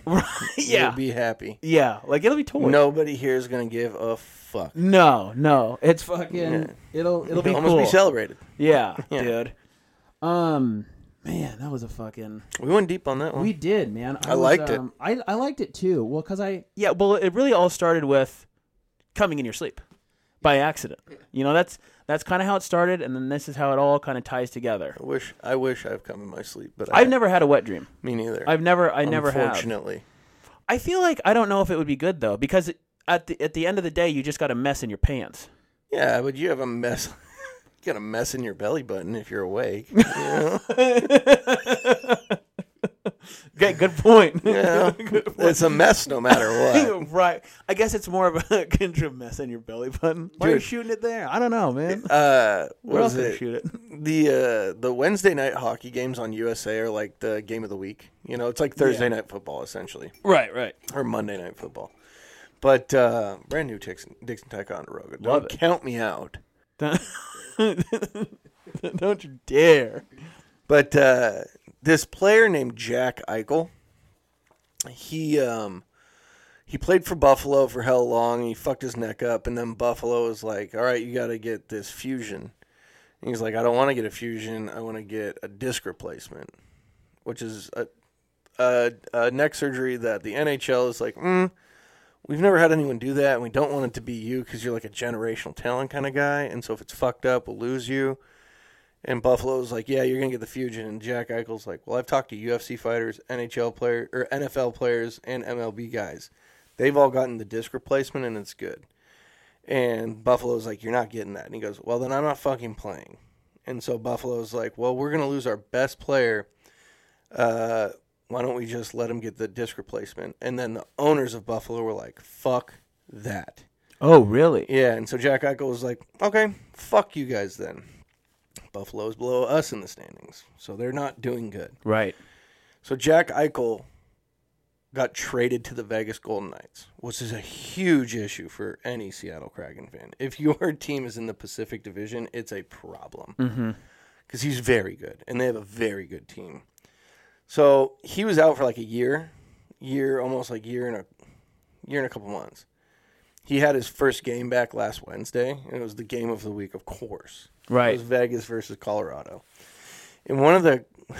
yeah.
You'll be happy.
yeah, like it'll be totally.
Nobody here is gonna give a fuck.
No, no, it's fucking. It'll it'll be
It'll almost
cool.
be celebrated.
yeah, dude. Um, man, that was a fucking.
We went deep on that one.
We did, man. I,
I
was,
liked it.
um, I, I liked it too. Well, because I
Yeah, well, it really all started with coming in your sleep by accident. You know, that's that's kind of how it started, and then this is how it all kind of ties together.
I wish I wish I've come in my sleep, but I
I've never had a wet dream.
Me neither.
I've never, I never have.
Unfortunately,
I feel like I don't know if it would be good though because at the at the end of the day you just got a mess in your pants.
Yeah, but you have a mess. you got a mess in your belly button if you're awake.
Okay, good point.
it's a mess no matter what.
right. I guess it's more of a contra mess in your belly button. Why are you
Dude.
shooting it there? I don't know, man.
Uh, what
Where else
is
would you
it?
shoot it?
The uh, the Wednesday night hockey games on USA are like the game of the week. You know, it's like Thursday night football essentially,
Right, right.
or Monday night football. But uh, brand new Dixon, Dixon Ticonderoga. Don't
Love it.
count me out.
don't you dare.
But uh, this player named Jack Eichel, he um, he played for Buffalo for how long? He fucked his neck up, and then Buffalo was like, "All right, you got to get this fusion." And he's like, "I don't want to get a fusion. I want to get a disc replacement, which is a, a, a neck surgery that the NHL is like, mm, we've never had anyone do that, and we don't want it to be you because you're like a generational talent kind of guy, and so if it's fucked up, we'll lose you." And Buffalo's like, yeah, you're gonna get the fusion. And Jack Eichel's like, well, I've talked to UFC fighters, NHL player or NFL players, and MLB guys. They've all gotten the disc replacement, and it's good. And Buffalo's like, you're not getting that. And he goes, well, then I'm not fucking playing. And so Buffalo's like, well, we're gonna lose our best player. Uh, why don't we just let him get the disc replacement? And then the owners of Buffalo were like, fuck that.
Oh, really?
Yeah, and so Jack Eichel was like, "Okay, fuck you guys then." Buffalo's below us in the standings, so they're not doing good.
Right.
So Jack Eichel got traded to the Vegas Golden Knights, which is a huge issue for any Seattle Kraken fan. If your team is in the Pacific Division, it's a problem because he's very good, and they have a very good team. So he was out for like a year, year almost like year and a year and a couple months. He had his first game back last Wednesday, and it was the game of the week, of course. It
Right.
was Vegas versus Colorado. And one of the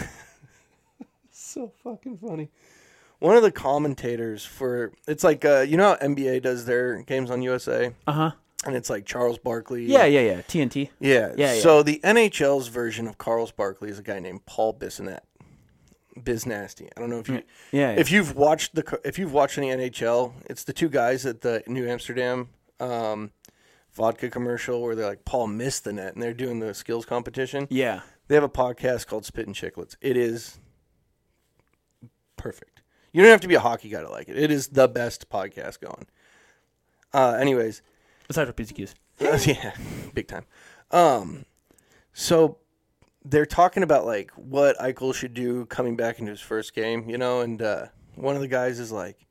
so fucking funny. One of the commentators for it's like uh, you know how NBA does their games on USA,
Uh huh.
and it's like Charles Barkley.
Yeah, yeah, yeah. TNT.
yeah,
Yeah, yeah.
So the NHL's version of Charles Barkley is a guy named Paul Bissonnette. Biznasty. I don't know if you
Yeah.
if you've watched the co- if you've watched any NHL, it's the two guys at the New Amsterdam um, vodka commercial where they're like Paul missed the net and they're doing the skills competition.
yeah.
They have a podcast called Spit and Chicklets. It is perfect. You don't have to be a hockey guy to like it. It is the best podcast going. Uh, anyways,
Aside from PCQs.
uh, yeah, big time. Um, so they're talking about like what Eichel should do coming back into his first game, you know, and uh, one of the guys is like,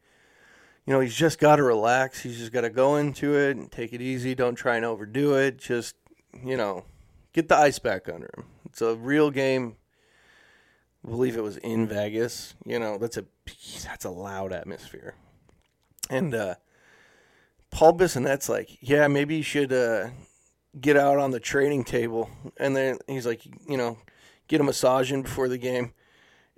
you know, he's just got to relax. He's just got to go into it and take it easy. Don't try and overdo it. Just you know, get the ice back under him. It's a real game. I believe it was in Vegas. You know, that's a that's a loud atmosphere, and uh, Paul Bissonnette's like, yeah, maybe you should uh, get out on the training table. And then he's like, you know, get a massage in before the game.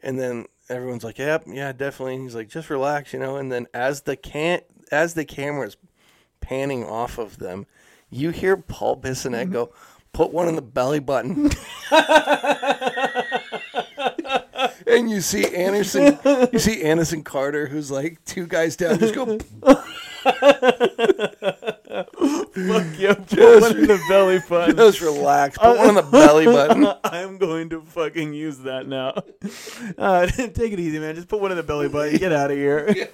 And then everyone's like, yep, yeah, definitely. And he's like, just relax, you know. And then as the can as the camera's panning off of them, you hear Paul Bissonnette go, put one in the belly button. and you see Anderson, you see Anderson Carter, who's like two guys down, just go.
Yeah, put one in the belly button.
Just relax. Put one on the belly button.
I'm going to fucking use that now. Uh, take it easy, man. Just put one in the belly button. Get out of here.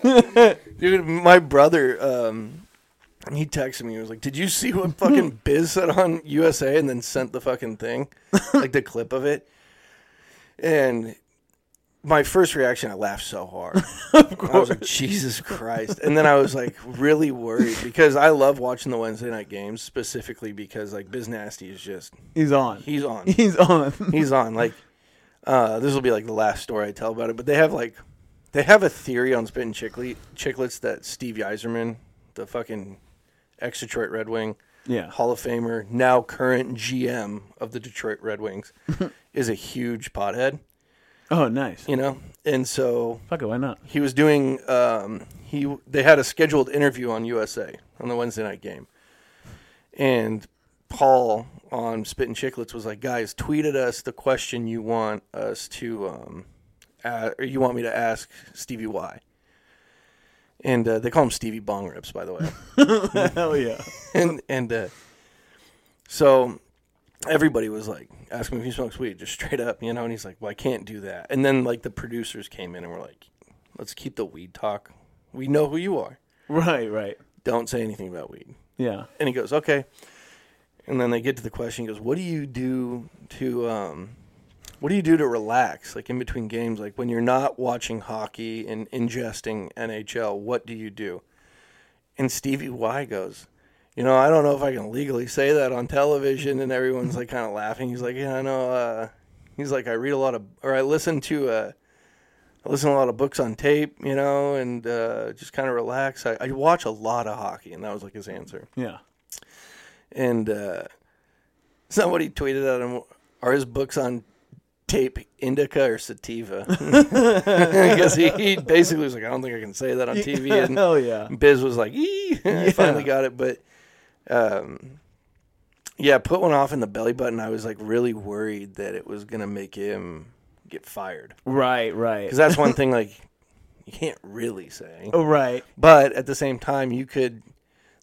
Dude, my brother, um, he texted me. He was like, Did you see what fucking Biz said on USA? And then sent the fucking thing, like the clip of it. And my first reaction, I laughed so hard. I was like, Jesus Christ. And then I was like, really worried because I love watching the Wednesday night games specifically because, like, Biz Nasty is just,
He's on.
he's on.
He's on.
he's on like uh, this will be like the last story I tell about it, but they have like they have a theory on Spit and Chicklet, Chicklets that Steve Yzerman, the fucking ex Detroit Red Wing,
Yeah.
Hall of Famer, now current GM of the Detroit Red Wings, is a huge pothead,
Oh, nice.
you know? And so
Fuck it. Why not?
he was doing um, he they had a scheduled interview on USA on the Wednesday night game, and Paul on Spit and Chicklets was like, guys, tweeted us the question you want us to um, a or you want me to ask Stevie Y. and uh, they call him Stevie Bong Rips, by the way.
Hell yeah.
and and uh, so everybody was like asking him if he smokes weed, just straight up, you know. And he's like, "Well, I can't do that." And then like the producers came in and were like, "Let's keep the weed talk. We know who you are.
Right, right.
Don't say anything about weed."
Yeah.
And he goes, "Okay." And then they get to the question. He goes, "What do you do to um, what do you do to relax, like in between games, like when you're not watching hockey and ingesting NHL? What do you do?" And Stevie Y goes, "You know, I don't know if I can legally say that on television." And everyone's like, kind of laughing. He's like, "Yeah, I know." Uh, he's like, "I read a lot of, or I listen to." Uh, I listen to a lot of books on tape, you know, and uh, just kind of relax. I, I watch a lot of hockey, and that was like his answer
Yeah.
and uh, somebody tweeted at him, "Are his books on tape indica or sativa?" Because he, he basically was like, "I don't think I can say that on TV." And
Hell yeah.
Biz was like, "Ee!" I finally got it, but um, yeah, put one off in the belly button. I was like really worried that it was gonna make him get fired
Right, right.
because that's one thing like you can't really say.
Oh, right.
But at the same time, you could.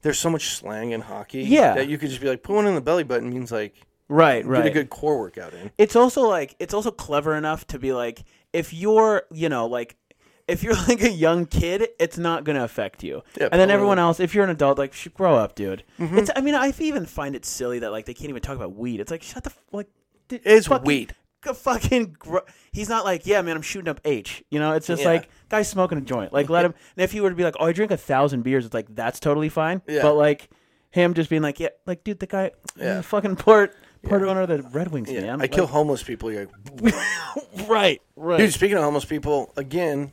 There's so much slang in hockey.
Yeah.
That you could just be like, put one in the belly button means like
Right, right.
get a good core workout in.
it's also like it's also clever enough to be like if you're you know like if you're like a young kid it's not gonna affect you
Yeah,
and then
totally. Mm-hmm.
everyone else if you're an adult like should grow up dude it's i mean i even find it silly that like they can't even talk about weed it's like shut the f- like d-
It's
fucking-
weed.
g- fucking gr- he's not like yeah man i'm shooting up h you know it's just
Yeah.
like guy's smoking a joint like let him and if you were to be like oh i drink a thousand beers it's like that's totally fine
Yeah.
but like him just being like yeah like dude the guy
Yeah.
yeah. fucking part part owner of the red wings
Yeah.
man
I kill homeless people. You're like,
Right, right.
dude. Speaking of homeless people, again,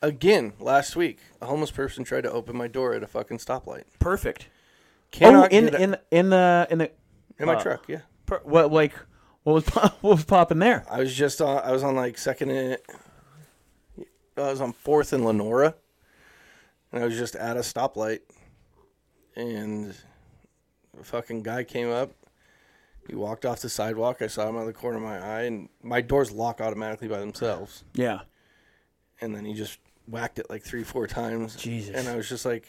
again, last week, a homeless person tried to open my door at a fucking stoplight.
perfect. Oh,
Cannot
in
get a-
in in the in the
in my
uh,
truck. Yeah.
per, what like what was pop, what was popping there?
I was just on, I was on like second and I was on fourth in Lenora, and I was just at a stoplight, and a fucking guy came up. He walked off the sidewalk. I saw him out of the corner of my eye, and my doors lock automatically by themselves.
Yeah,
And then he just whacked it like three, four times.
Jesus.
And I was just like,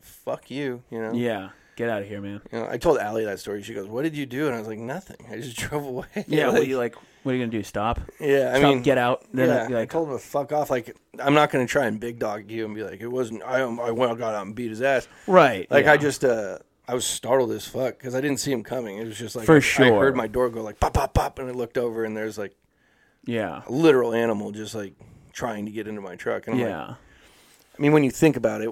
"Fuck you," you know.
yeah. Get out of here, man.
You know, I told Allie that story. She goes, "What did you do?" And I was like, "Nothing. I just drove away."
Yeah,
like,
what are you like? What are you gonna do? Stop?
yeah. I
Stop.
mean,
get out. Then
yeah,
yeah,
I
like,
told him to fuck off. Like, I'm not gonna try and big dog you and be like, it wasn't. I um, I went out, got out and beat his ass.
right.
Like,
yeah.
I just uh, I was startled as fuck because I didn't see him coming. It was just like
For
I- I
sure.
heard my door go like pop pop pop, and I looked over and there's like
yeah,
a literal animal just like trying to get into my truck. And I'm like,
yeah.
I mean, when you think about it,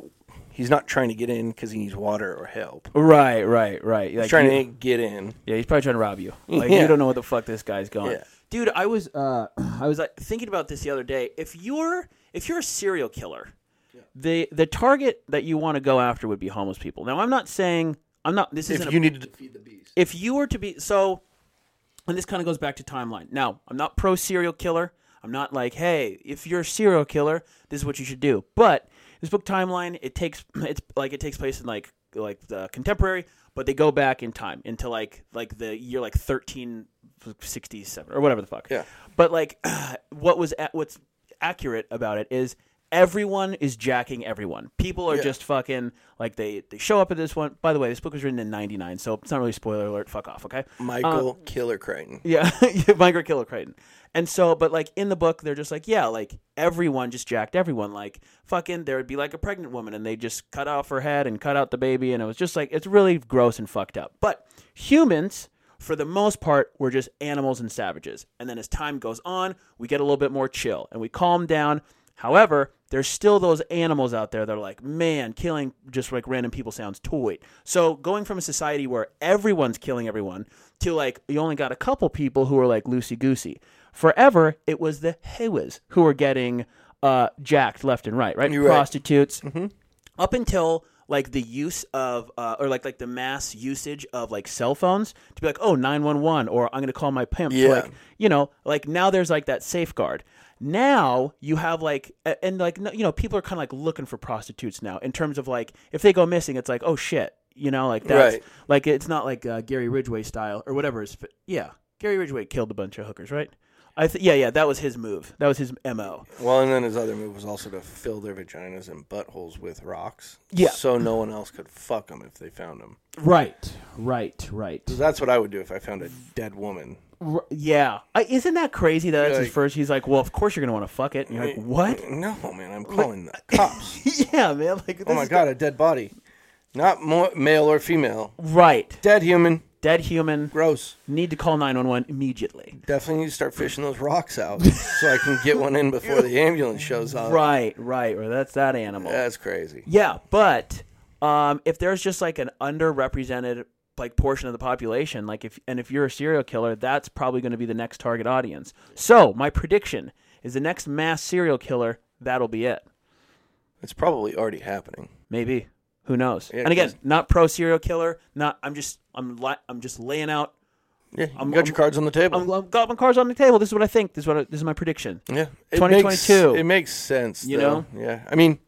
he's not trying to get in because he needs water or help.
Right, right, right. Like,
He's trying
you-
to get in.
Yeah, he's probably trying to rob you. Like
Yeah.
you don't know what the fuck this guy's going.
Yeah.
Dude, I was uh I was like thinking about this the other day. If you're if you're a serial killer, the the target that you want to go after would be homeless people. Now I'm not saying I'm not this isn't
If
a
you need to defeat the beast,
if you were to be so and this kind of goes back to timeline now i'm not pro serial killer i'm not like hey if you're a serial killer this is what you should do but this book timeline it takes it's like it takes place in like like the contemporary but they go back in time into like like the year like 1367 or whatever the fuck
Yeah.
but like what was at, what's accurate about it is everyone is jacking everyone. People are just fucking like they they show up at this one. By the way, this book was written in '99, so it's not really spoiler alert. Fuck off, okay?
Michael
Uh,
Killer Crichton.
Yeah, yeah, Migrant Killer Crichton. And so, but like in the book, they're just like, yeah, like everyone just jacked everyone. Like fucking, there would be like a pregnant woman, and they just cut off her head and cut out the baby, and it was just like it's really gross and fucked up. But humans, for the most part, were just animals and savages. And then as time goes on, we get a little bit more chill and we calm down. However, there's still those animals out there that are like, man, killing just like random people sounds toy. So going from a society where everyone's killing everyone to like you only got a couple people who are like loosey goosey. Forever, it was the Hewas who were getting uh, jacked left and right, right?
right.
Prostitutes, up until like the use of uh, or like like the mass usage of like cell phones to be like oh 911 or i'm going to call my pimp
Yeah.
like you know like now there's like that safeguard now you have like a- and like no- you know people are kind of like looking for prostitutes now in terms of like if they go missing it's like oh shit you know like that's
Right.
like it's not like uh, gary ridgway style or whatever is yeah gary ridgway killed a bunch of hookers right I th- yeah, yeah, that was his move. That was his mo.
Well, and then his other move was also to fill their vaginas and buttholes with rocks.
Yeah.
So no one else could fuck them if they found them.
Right, right, right.
That's what I would do if I found a dead woman.
R- yeah, I, isn't that crazy? That that's his
Like-
first. He's like, well, of course you're gonna want to fuck it. And you're like, what?
No, man, I'm calling the cops.
yeah, man. Like, this
Oh my
is-
god, a dead body. Not mo- male or female.
right?
Dead human.
Dead human.
Gross.
Need to call nine one one immediately.
Definitely need to start fishing those rocks out so I can get one in before the ambulance shows up.
Right, right. Or that's that animal.
That's crazy.
Yeah, but um, if there's just like an underrepresented like portion of the population, like if and if you're a serial killer, that's probably going to be the next target audience. So my prediction is the next mass serial killer. That'll be it.
It's probably already happening.
Maybe. Who knows?
Yeah,
and again,
'cause-
not pro serial killer. Not. I'm just. I'm. Li- I'm just laying out.
Yeah, you
I'm-
got
I'm-
your cards on the table.
I'm, I've got my cards on the table. This is what I think. This is what. I, this is my prediction.
Yeah, It
2022.
Makes, it makes sense,
You
though.
know?
Yeah, I mean,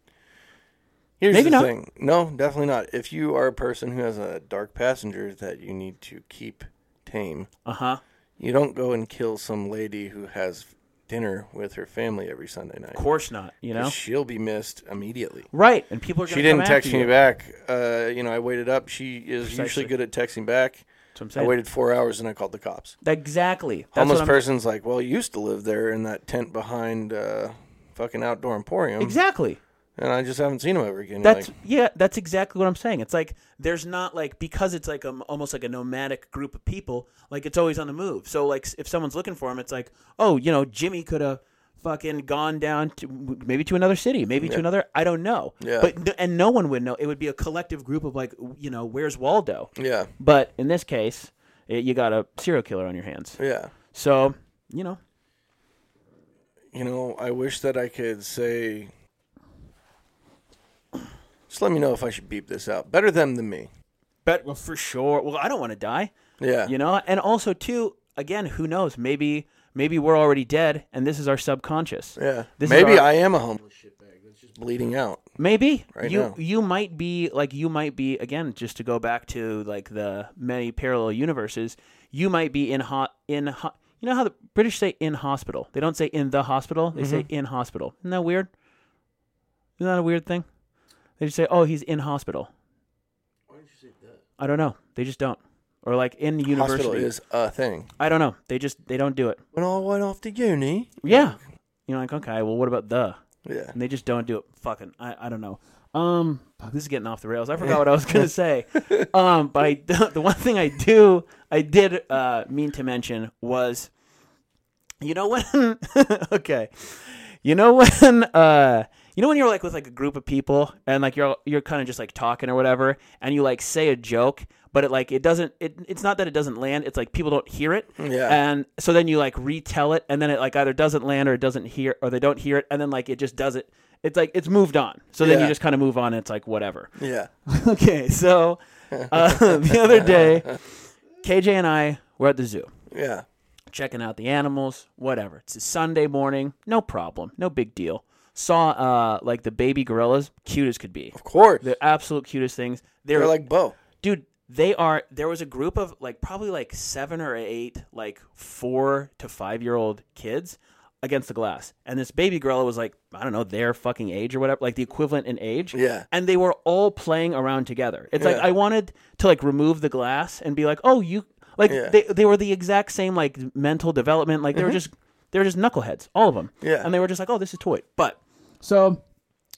here's
Maybe
the
not.
thing. No, definitely not. If you are a person who has a dark passenger that you need to keep tame,
Uh huh.
you don't go and kill some lady who has dinner with her family every Sunday night.
Of course not. You know.
She'll be missed immediately.
Right. And people are. Gonna
She didn't
come after
text me
you.
back. Uh, you know, I waited up. She is
Precisely.
usually good at texting back.
That's what I'm
I
saying.
waited four hours and I called the cops.
Exactly. That's
Homeless
what I'm-
person's like, well, you used to live there in that tent behind uh, fucking outdoor emporium.
Exactly.
and I just haven't seen him ever again.
That's
Like,
yeah. That's exactly what I'm saying. It's like there's not like because it's like a, almost like a nomadic group of people. Like it's always on the move. So like s- if someone's looking for him, it's like oh you know Jimmy could have fucking gone down to maybe to another city, maybe to another. I don't know.
Yeah.
But n- and no one would know. It would be a collective group of like you know where's Waldo.
yeah,
But in this case, it, you got a serial killer on your hands.
yeah.
So you know
You know, I wish that I could say. Just let me know if I should beep this out. Better them than me.
But well, for sure. Well, I don't want to die.
Yeah.
You know, and also too, again, who knows? Maybe maybe we're already dead, and this is our subconscious.
Yeah.
This
Maybe
is our-
I am a homeless shitbag that's just bleeding out.
maybe
Right
you
now.
you might be like you might be again just to go back to like the many parallel universes. You might be in hot in ho- you know how the British say in hospital. They don't say in the hospital. They
Mm-hmm.
say in hospital. Isn't that weird? Isn't that a weird thing? They just say, "Oh, he's in hospital." Why did you say that? I don't know. They just don't. Or like in university.
Hospital is a thing.
I don't know. They just they don't do it.
When I went off to uni.
Yeah. You're like, okay, well, what about the?
Yeah.
And they just don't do it. Fucking, I, I don't know. Um, fuck, this is getting off the rails. I forgot what I was gonna say. Um, but I, the one thing I do, I did uh, mean to mention was, you know when? okay, you know when? Uh, you know when you're like with like a group of people and like you're you're kind of just like talking or whatever, and you like say a joke, but it like it doesn't. It, it's not that it doesn't land. It's like people don't hear it.
Yeah.
And so then you like retell it, and then it like either doesn't land or it doesn't hear, or they don't hear it, and then like it just does it. It's like it's moved on. So then you
Yeah.
just kind of move on. And it's like whatever.
Yeah.
okay, so uh, the other day, KJ and I were at the zoo
Yeah.
checking out the animals, whatever. It's a Sunday morning, no problem, no big deal. Saw uh like the baby gorillas, cute as could be.
Of course.
The
They're,
absolute cutest things. They're, like,
like Bo.
dude, they are. There was a group of like probably like seven or eight like four to five year old kids against the glass, and this baby gorilla was like I don't know their fucking age or whatever, like the equivalent in age
Yeah.
and they were all playing around together. It's like
Yeah.
I wanted to like remove the glass and be like, "Oh, you like
Yeah. Mm-hmm.
they they were the exact same like mental development. Like they were just they were just knuckleheads, all of them.
Yeah.
and they were just like, "Oh, this is toy." But
So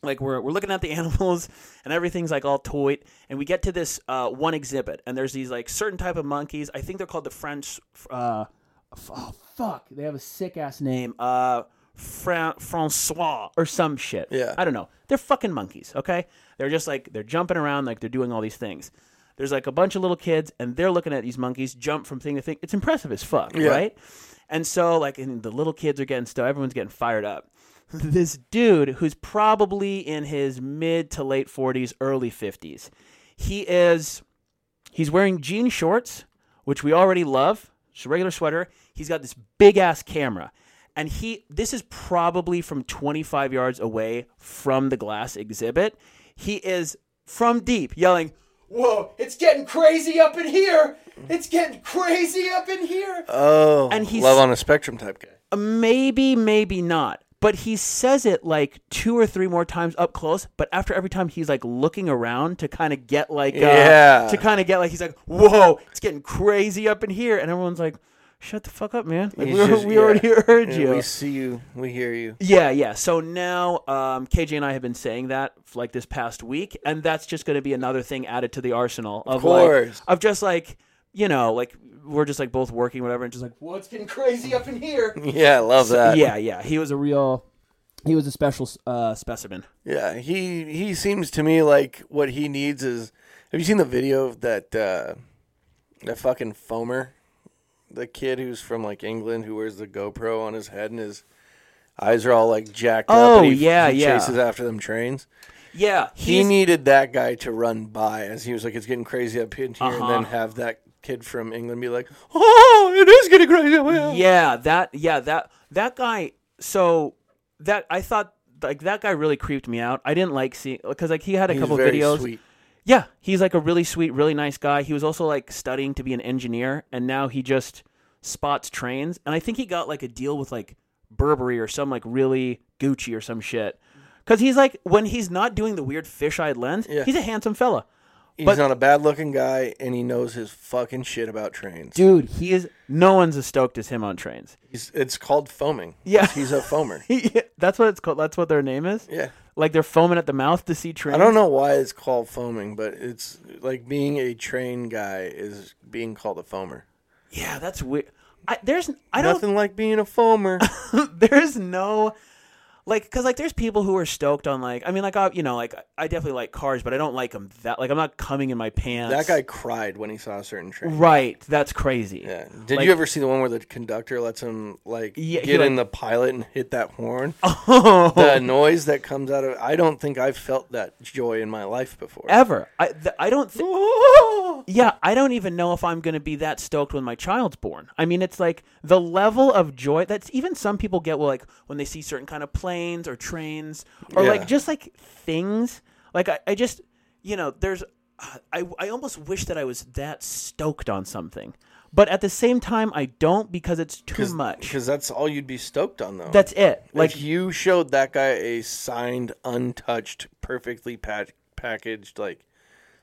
like we're we're looking at the animals and everything's like all toyed, and we get to this uh, one exhibit, and there's these like certain type of monkeys. I think they're called the French. Uh, f- oh fuck, they have a sick ass name. Uh. Fra- Francois or some shit.
Yeah.
I don't know. They're fucking monkeys, okay? They're just like they're jumping around like they're doing all these things. There's like a bunch of little kids and they're looking at these monkeys jump from thing to thing. It's impressive as fuck, right? And so like and the little kids are getting stuff, everyone's getting fired up. This dude who's probably in his mid to late 40s, early 50s. He is He's wearing jean shorts, which we already love. Just a regular sweater. He's got this big ass camera. And he this is probably from 25 yards away from the glass exhibit. He is from deep yelling,
whoa, it's getting crazy up in here. It's getting crazy up in here.
Oh,
And he's-
love on a spectrum type guy.
Uh, Maybe, maybe not. But he says it like two or three more times up close. But after every time, he's like looking around to kind of get like, uh,
Yeah.
to kind of get like, he's like, whoa, it's getting crazy up in here. And everyone's like, shut the fuck up, man. Like, we,
He's
were-
just-
we
yeah.
already heard
Yeah,
you.
We see you. We hear you.
Yeah, yeah. So now um, KJ and I have been saying that f- like this past week, and that's just going to be another thing added to the arsenal of,
course.
like of just like you know like we're just like both working whatever, and just like
Whoa, it's getting crazy up in here.
Yeah, I love that.
yeah, yeah. He was
was
a
a real. He was a special uh,
specimen.
Yeah, he he seems to me like what he needs is. Have you seen the video of that uh, that fucking foamer, the kid who's from like England who wears the GoPro on his head and his eyes are all like jacked up.
Oh,
and he,
yeah,
he
yeah.
Chases after them trains.
Yeah,
He
he's,
needed that guy to run by as he was like, "It's getting crazy up in here,"
Uh-huh.
and then have that kid from England be like, "Oh, it is getting crazy." up here."
yeah that yeah that that guy. So that I thought like that guy really creeped me out. I didn't like seeing because like he had a
He's
couple
very
videos.
sweet.
Yeah, he's like a really sweet, really nice guy. He was also like studying to be an engineer, and now he just spots trains. And I think he got like a deal with like Burberry or some like really Gucci or some shit. Cause he's like when he's not doing the weird fisheye lens,
Yeah.
he's a handsome fella.
He's
But-
not a bad-looking guy, and he knows his fucking shit about trains.
Dude, he is no one's as stoked as him on trains.
He's, it's called foaming.
Yeah.
he's a foamer.
that's what it's called. That's what their name is.
Yeah,
Like they're foaming at the mouth to see trains.
I don't know why it's called foaming, but it's like being a train guy is being called a foamer.
Yeah, that's weird. I, there's I don't
Nothing like being a foamer.
there is no like because like there's people who are stoked on like i mean like i you know like i definitely like cars but i don't like them that like i'm not coming in my pants
that guy cried when he saw a certain train.
right that's crazy
Yeah. Did
Like-
you ever see the one where the conductor lets him like
Yeah, he,
get in
like-
the pilot and hit that horn?
oh
The noise that comes out of I don't think I've felt that joy in my life before.
ever i th- i don't think yeah i don't even know if i'm gonna be that stoked when my child's born i mean it's like the level of joy that's even some people get well, like when they see certain kind of planes or trains or
Yeah.
like just like things like i, I just you know there's I, I almost wish that i was that stoked on something but at the same time i don't because it's too much
Because that's all you'd be stoked on though.
that's it like
like you showed that guy a signed, untouched, perfectly pa- packaged, like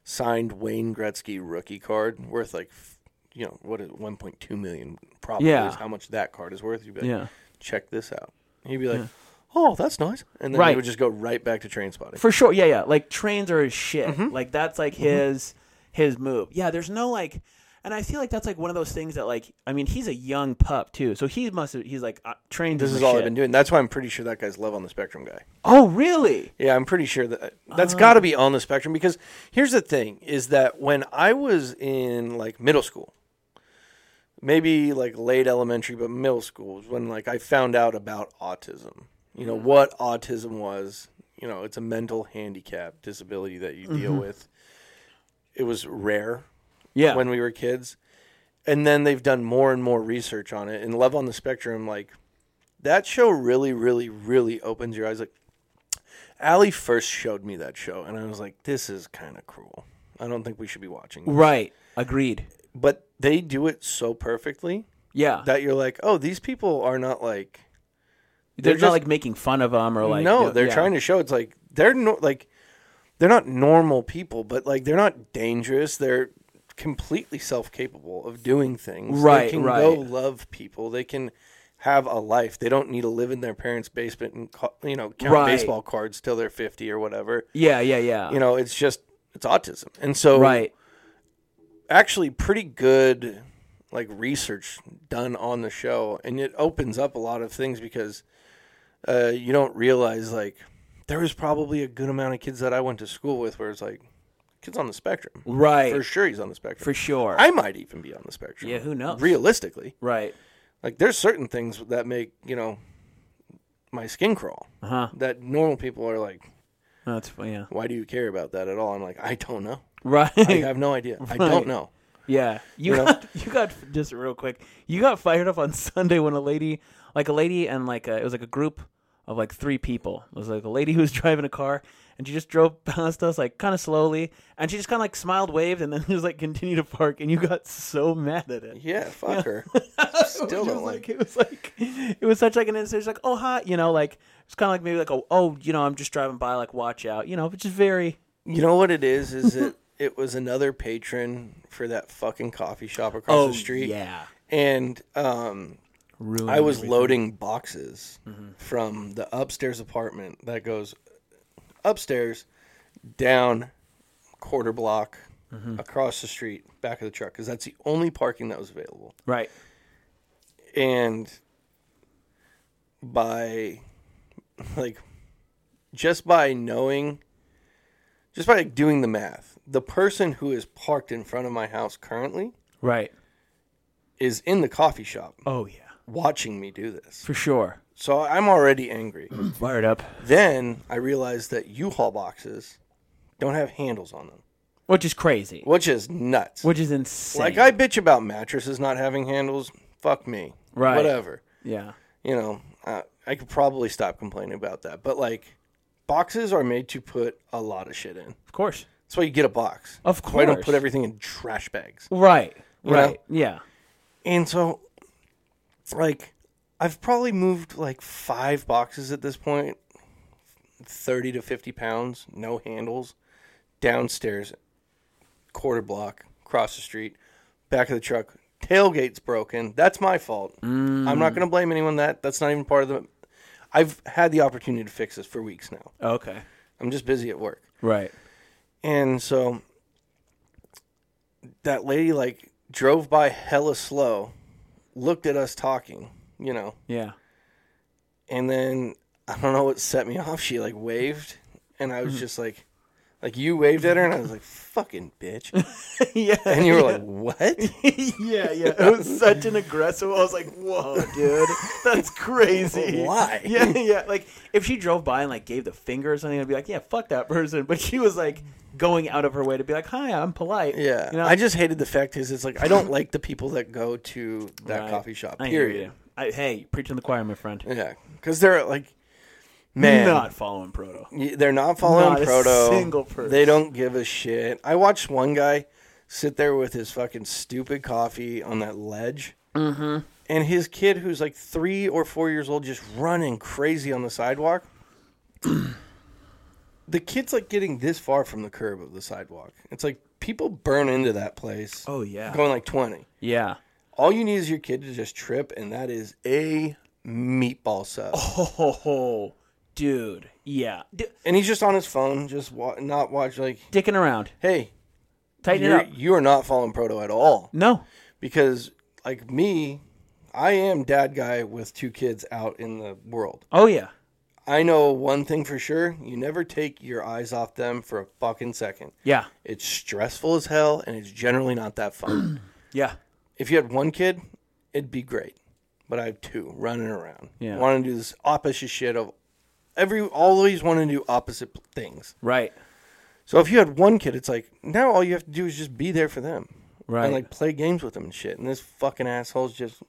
signed Wayne Gretzky rookie card worth like, f- you know, what is one point two million? Probably
Yeah.
is how much that card is worth. You'd be like,
Yeah.
check this out. He'd be like, oh, that's nice, and then he
Right.
would just go right back to train spotting.
for sure yeah yeah like trains are his shit
Mm-hmm.
like that's like his his move yeah there's no like and i feel like that's like one of those things that like i mean he's a young pup too so he must have he's like uh, trains
this
my
is all
shit.
I've been doing. That's why I'm pretty sure that guy's love on the spectrum guy.
oh really
Yeah, I'm pretty sure that that's got to be on the spectrum because here's the thing is that when I was in like middle school, maybe like late elementary but middle school is when like I found out about autism. You know what autism was, you know, it's a mental handicap disability that you deal with. It was rare
yeah
when we were kids. And then they've done more and more research on it. And Love on the Spectrum, like that show really, really, really opens your eyes. Like Allie first showed me that show and I was like, This is kinda cruel. I don't think we should be watching. this."
right agreed
But they do it so perfectly
yeah
that you're like, Oh, these people are not like
they're,
they're
not
just-
like making fun of him or like
no, they're trying to show it's like they're no, like they're not normal people, but like they're not dangerous. They're completely self capable of doing things.
Right,
they can
right.
go love people. They can have a life. They don't need to live in their parents' basement and ca- you know count
Right.
baseball cards till they're fifty or whatever.
yeah yeah yeah
You know, it's just it's autism, and so
right
actually pretty good like research done on the show and it opens up a lot of things because uh, you don't realize like there was probably a good amount of kids that I went to school with where it's like kids on the spectrum.
right
For
for,
sure he's on the spectrum.
sure
I might even be on the spectrum.
Yeah, who knows?
Realistically.
right
Like there's certain things that make, you know, my skin crawl.
uh-huh
That normal people are like,
that's yeah
why do you care about that at all? I'm like, I don't know.
right
I have no idea. I don't know.
Yeah, you
know?
got you got just real quick. You got fired up on Sunday when a lady, like a lady, and like a, it was like a group of like three people. It was like a lady who was driving a car, and she just drove past us like kind of slowly, and she just kind of like smiled, waved, and then just like continued to park. And you got so mad at it.
Yeah, fuck her. Still
It was
don't
like
like.
it was like it was such like an instant. It's like oh hi, you know, like it's kind of like maybe like a, oh you know I'm just driving by like watch out, you know, which is very
You know what it is? Is it? It was another patron for that fucking coffee shop across
Oh,
the street.
yeah.
and um, I was loading boxes from the upstairs apartment that goes upstairs, down, quarter block, across the street, back of the truck, because that's the only parking that was available.
Right.
And by like just by knowing, just by like, doing the math, the person who is parked in front of my house currently
Right.
is in the coffee shop
Oh yeah.
watching me do this.
For sure.
So I'm already angry.
Fired up.
then I realized that U-Haul boxes don't have handles on them,
Which is crazy.
which is nuts.
Which is insane.
like I bitch about mattresses not having handles. Fuck me.
Right.
Whatever.
Yeah.
You know, uh, I could probably stop complaining about that. But like, boxes are made to put a lot of shit in.
Of course.
That's why you get a box.
Of
Why don't
course.
put everything in trash bags?
Right.
know?
Right. Yeah.
And so, like, I've probably moved like five boxes at this point, 30 to 50 pounds, no handles, downstairs, quarter block, across the street, back of the truck. Tailgate's broken. That's my fault. I'm not going to blame anyone that. That's not even part of the. I've had the opportunity to fix this for weeks now.
Okay.
I'm just busy at work.
Right.
And so that lady like drove by hella slow, looked at us talking, you know,
Yeah.
and then I don't know what set me off. She like waved, and I was just like, like you waved at her, and I was like, fucking bitch.
yeah.
And you were like, what?
yeah, yeah. It was such an aggressive. I was like, whoa, dude, that's crazy.
Why?
Yeah, yeah. Like if she drove by and like gave the finger or something, I'd be like, yeah, fuck that person. But she was like going out of her way to be like, hi, I'm polite.
Yeah.
You know?
I just hated the fact is it's like I don't like the people that go to that
Right.
coffee shop.
I hear
Period.
you. I, hey, preaching the choir, my friend.
Yeah, because they're like, man,
Not following proto.
Y- They're not following
Not a
proto.
single person.
They don't give a shit. I watched one guy sit there with his fucking stupid coffee on that ledge. Mm-hmm. And his kid, who's like three or four years old, just running crazy on the sidewalk. the kid's like getting this far from the curb of the sidewalk. It's like people burn into that place.
Oh, yeah.
Going like 20.
Yeah.
All you need is your kid to just trip, and that is a meatball sub.
Oh, dude. Yeah. D-
And he's just on his phone, just wa- not watch. Like,
dicking around.
hey,
Tighten
you're,
it up.
you are not following proto at all
No.
because like me i am dad guy with two kids out in the world
Oh yeah.
i know one thing for sure you never take your eyes off them for a fucking second
Yeah.
it's stressful as hell and it's generally not that fun
Yeah.
if you had one kid it'd be great but i have two running around
Yeah.
want to do this opposite shit of every always want to do opposite things
Right.
so if you had one kid, it's like now all you have to do is just be there for them,
Right.
And like play games with them and shit. And this fucking asshole's just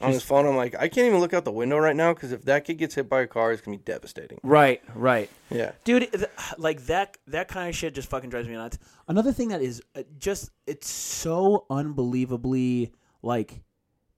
on his phone. I'm like, I can't even look out the window right now because if that kid gets hit by a car, it's gonna be devastating.
Right. Right.
Yeah,
Dude, th- like that that kind of shit just fucking drives me nuts. Another thing that is uh, just it's so unbelievably like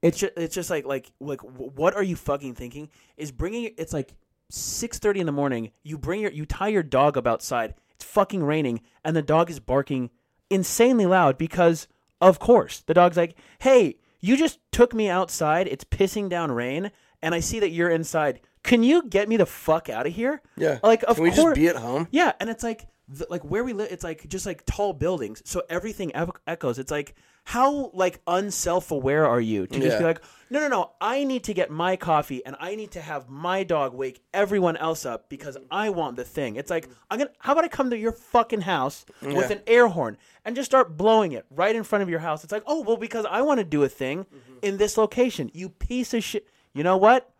it's just, it's just like like like wh- what are you fucking thinking? Is bringing it's like six thirty in the morning. You bring your you tie your dog up outside. It's fucking raining, and the dog is barking insanely loud because of course the dog's like, "Hey, you just took me outside. It's pissing down rain, and I see that you're inside. Can you get me the fuck out of here?"
yeah.
like of
can we
course
just be at home?
yeah, and it's like th- like where we live, it's like just like tall buildings, so everything ev- echoes. It's like how like unself aware are you to just be
Yeah.
like, no, no, no, I need to get my coffee and I need to have my dog wake everyone else up because I want the thing. It's like I'm gonna. How about I come to your fucking house with an air horn and just start blowing it right in front of your house? It's like, oh well, because I want to do a thing
Mm-hmm.
in this location. You piece of shit. You know what?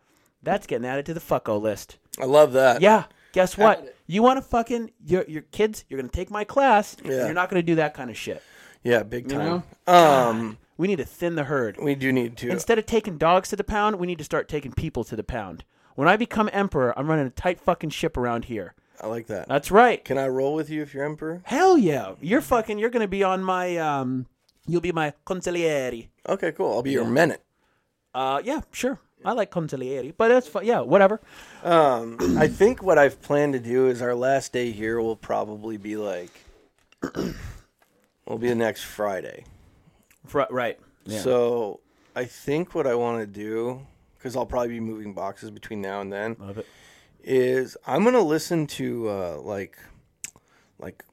That's getting added to the fucko list.
I love that.
Yeah. Guess what? You want to fucking your your kids? You're gonna take my class. and
Yeah.
you're not gonna do that kind of shit.
yeah, big time. Um,
We need to thin the herd.
we do need to.
Instead of taking dogs to the pound, we need to start taking people to the pound. When I become emperor, I'm running a tight fucking ship around here.
I like that.
That's right.
Can I roll with you if you're emperor?
Hell yeah. You're fucking you're gonna be on my um you'll be my consigliere.
Okay, cool. I'll be your menet.
Uh yeah, sure. I like consigliere, but that's fu- yeah, whatever.
Um, I think what I've planned to do is our last day here will probably be like, will be the next Friday.
Fr- right. Yeah.
So I think what I want to do, because I'll probably be moving boxes between now and then,
Love it.
is I'm gonna listen to uh, like, like,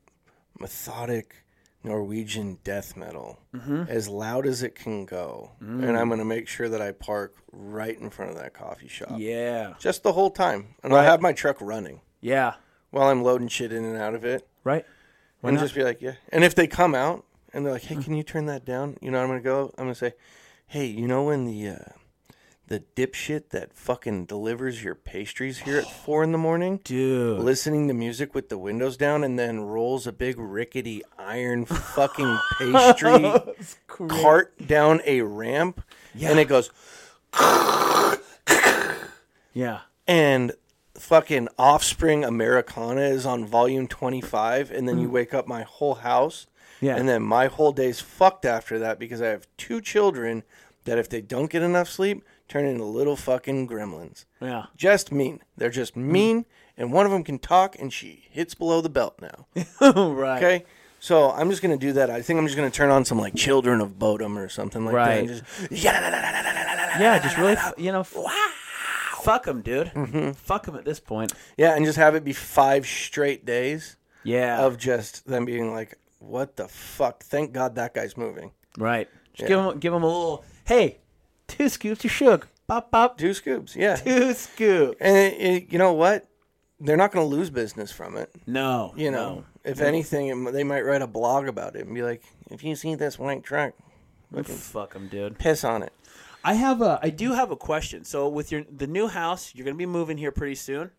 methodic Norwegian death metal
Mm.
as loud as it can go, and I'm gonna make sure that I park right in front of that coffee shop.
Yeah.
Just the whole time, and I'll have my truck running
Yeah.
while I'm loading shit in and out of it,
Right?
and just be like, yeah. And if they come out and they're like, hey, can you turn that down? You know, what I'm gonna go. I'm gonna say, hey, you know when the uh, the dipshit that fucking delivers your pastries here at four in the morning,
Dude.
listening to music with the windows down, and then rolls a big rickety iron fucking pastry cart down a ramp, and it goes.
Yeah.
and fucking offspring americana is on volume 25 and then you wake up my whole house
Mm. Yeah.
and then my whole day's fucked after that because i have two children that if they don't get enough sleep turn into little fucking gremlins
Yeah. Mm.
just mean they're just mean and one of them can talk and she hits below the belt now
right.
okay so i'm just gonna do that i think i'm just gonna turn on some like children of bodom or something like
Right.
that and just, yeah,
Yeah, just really f- you know f- Fuck them, dude.
Mm-hmm.
Fuck them at this point.
yeah and just have it be five straight days
Yeah.
of just them being like, "What the fuck? Thank God that guy's moving."
right. Just give 'em give them a little hey, two scoops of sugar. Pop pop.
Two scoops, yeah.
Two scoops.
And it, it- you know what? They're not going to lose business from it.
No.
You know, if anything, it, m- they might write a blog about it and be like, "If you see this white truck,
no. Fuck them, dude.
piss on it."
I have a.
I do have a question. So with your the new house, you're gonna be moving here pretty soon.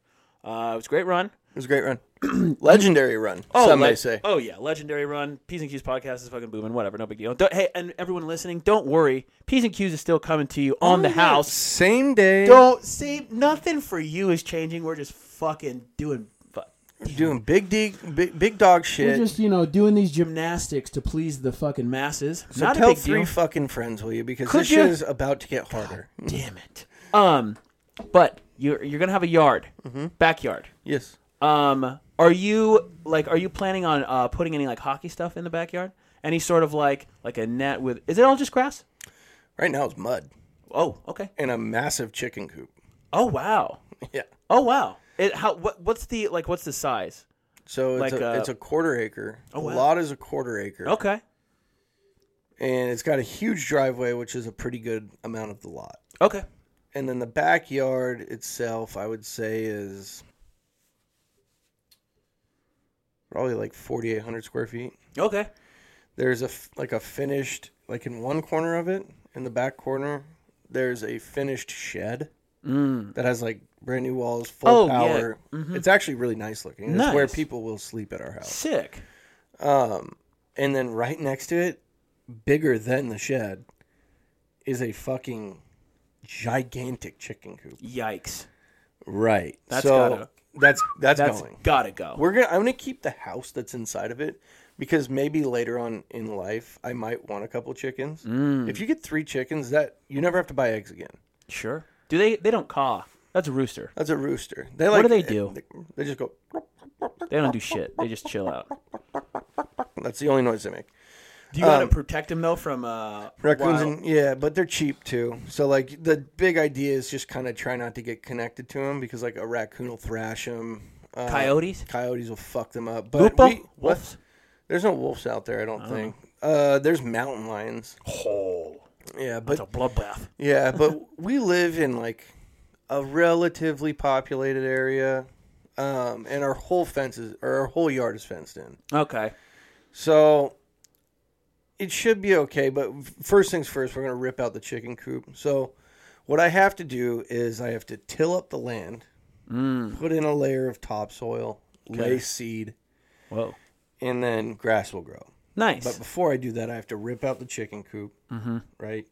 Uh, it was a great run.
It was a great run, legendary run. some may
le-
say.
Oh yeah, legendary run. P's and Q's podcast is fucking booming. Whatever, no big deal. Don't, hey, and everyone listening, don't worry. P's and Q's is still coming to you
Oh,
on the house.
Same day,
Don't see nothing for you is changing. We're just fucking doing fuck.
doing big, dig, big, big dog shit.
We're just you know doing these gymnastics to please the fucking masses.
So
Not
a
Tell
big
three
deal.
fucking friends, will you? Because
Could
this
ya?
shit is about to get harder.
Damn it. Um, but you're you're gonna have a yard, backyard.
Yes.
Um, are you like are you planning on uh, putting any like hockey stuff in the backyard? Any sort of like like a net with is it all just grass?
Right now it's mud
Oh, okay.
and a massive chicken coop.
Oh wow.
Yeah.
Oh wow. It how what what's the like what's the size?
So it's,
Like,
a,
uh,
it's a quarter acre.
Oh, wow.
A lot is a quarter acre.
Okay.
And it's got a huge driveway, which is a pretty good amount of the lot.
Okay.
And then the backyard itself, I would say, is probably like 4,800 square feet.
Okay.
There's a f- like a finished, like in one corner of it, in the back corner, there's a finished shed that has like brand new walls, full
Mm. Oh, yeah.
power. It's actually really nice looking. It's where
Nice.
people will sleep at our house.
Sick.
and then right next to it, bigger than the shed, is a fucking gigantic chicken coop.
Yikes.
Right.
That's
so
gotta-
that's that's
That's
going.
got to go.
We're gonna. I'm gonna keep the house that's inside of it because maybe later on in life I might want a couple chickens.
Mm.
If you get three chickens, that you never have to buy eggs again.
Sure. Do they they don't caw. That's a rooster.
That's a rooster. They like.
do they do?
They, they just go.
They don't do shit. They just chill out.
That's the only noise they make.
Do you got to protect them though from uh
Um, Raccoons,
wild-
and, yeah, but they're cheap too. So like the big idea is just kind of try not to get connected to them because like a raccoon will thrash them. Uh,
coyotes?
Coyotes will fuck them up. But
Lupo?
we- what?
Wolves?
There's no wolves out there, I don't think. Uh, there's mountain lions.
Oh,
Yeah, but
it's a bloodbath.
yeah, but we live in like a relatively populated area, um, and our whole fence is or our whole yard is fenced in.
Okay.
So it should be okay, but first things first, we're going to rip out the chicken coop. So what I have to do is I have to till up the land, put in a layer of topsoil, lay seed,
Whoa.
and then grass will grow.
Nice.
But before I do that, I have to rip out the chicken coop, right?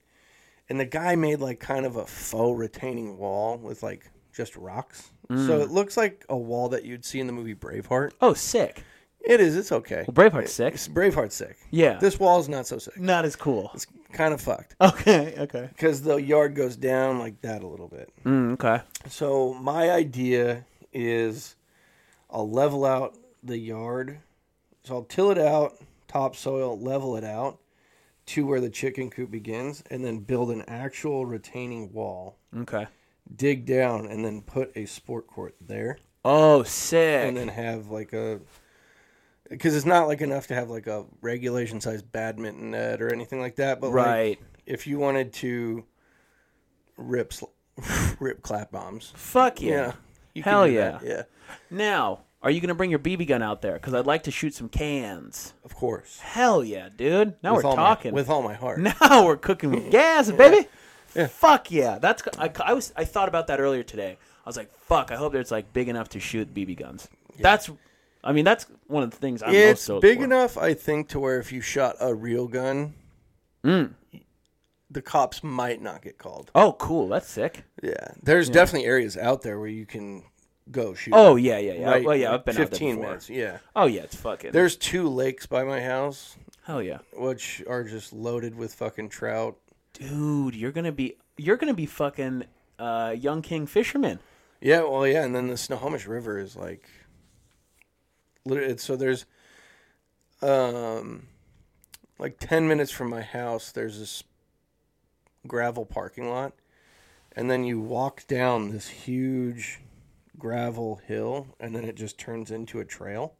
And the guy made like kind of a faux retaining wall with like just rocks. So it looks like a wall that you'd see in the movie Braveheart.
Oh, sick.
It is. It's okay.
Well, Braveheart's sick.
It's Braveheart's sick.
Yeah.
This wall's not so sick.
Not as cool.
It's kind of fucked
Okay. Okay.
because the yard goes down like that a little bit.
Mm, okay.
So my idea is I'll level out the yard. So I'll till it out, topsoil, level it out to where the chicken coop begins, and then build an actual retaining wall,
Okay.
dig down, and then put a sport court there,
Oh, sick.
and then have like a because it's not like enough to have like a regulation sized badminton uh, net or anything like that, but like,
right.
if you wanted to rip sl- rip clap bombs,
Fuck yeah.
yeah. You can
Hell
do that,
yeah.
Yeah.
Now, are you gonna bring your BB gun out there? Because I'd like to shoot some cans.
Of course.
Hell yeah, dude. Now
With
we're
all my-
talking.
with all my heart.
Now we're cooking with gas, baby. Fuck yeah. That's I, I was I thought about that earlier today. I was like, fuck. I hope that it's like big enough to shoot BB guns. That's, I mean, that's one of the things I'm most
it's
stoked
big
for.
enough, I think, to where if you shot a real gun,
Mm.
the cops might not get called.
Oh, cool. That's sick.
Yeah, there's definitely areas out there where you can go shoot.
Oh yeah, yeah, yeah.
right,
well, yeah,
like
I've been out there
fifteen
before.
minutes. Yeah,
Oh yeah, it's fucking.
there's two lakes by my house,
hell yeah,
which are just loaded with fucking trout.
dude. You're gonna be you're gonna be fucking uh, young king fisherman.
Yeah, well, yeah, and then the Snohomish River is like, literally, it's- so there's, um, like ten minutes from my house. There's this gravel parking lot, and then you walk down this huge gravel hill, and then it just turns into a trail,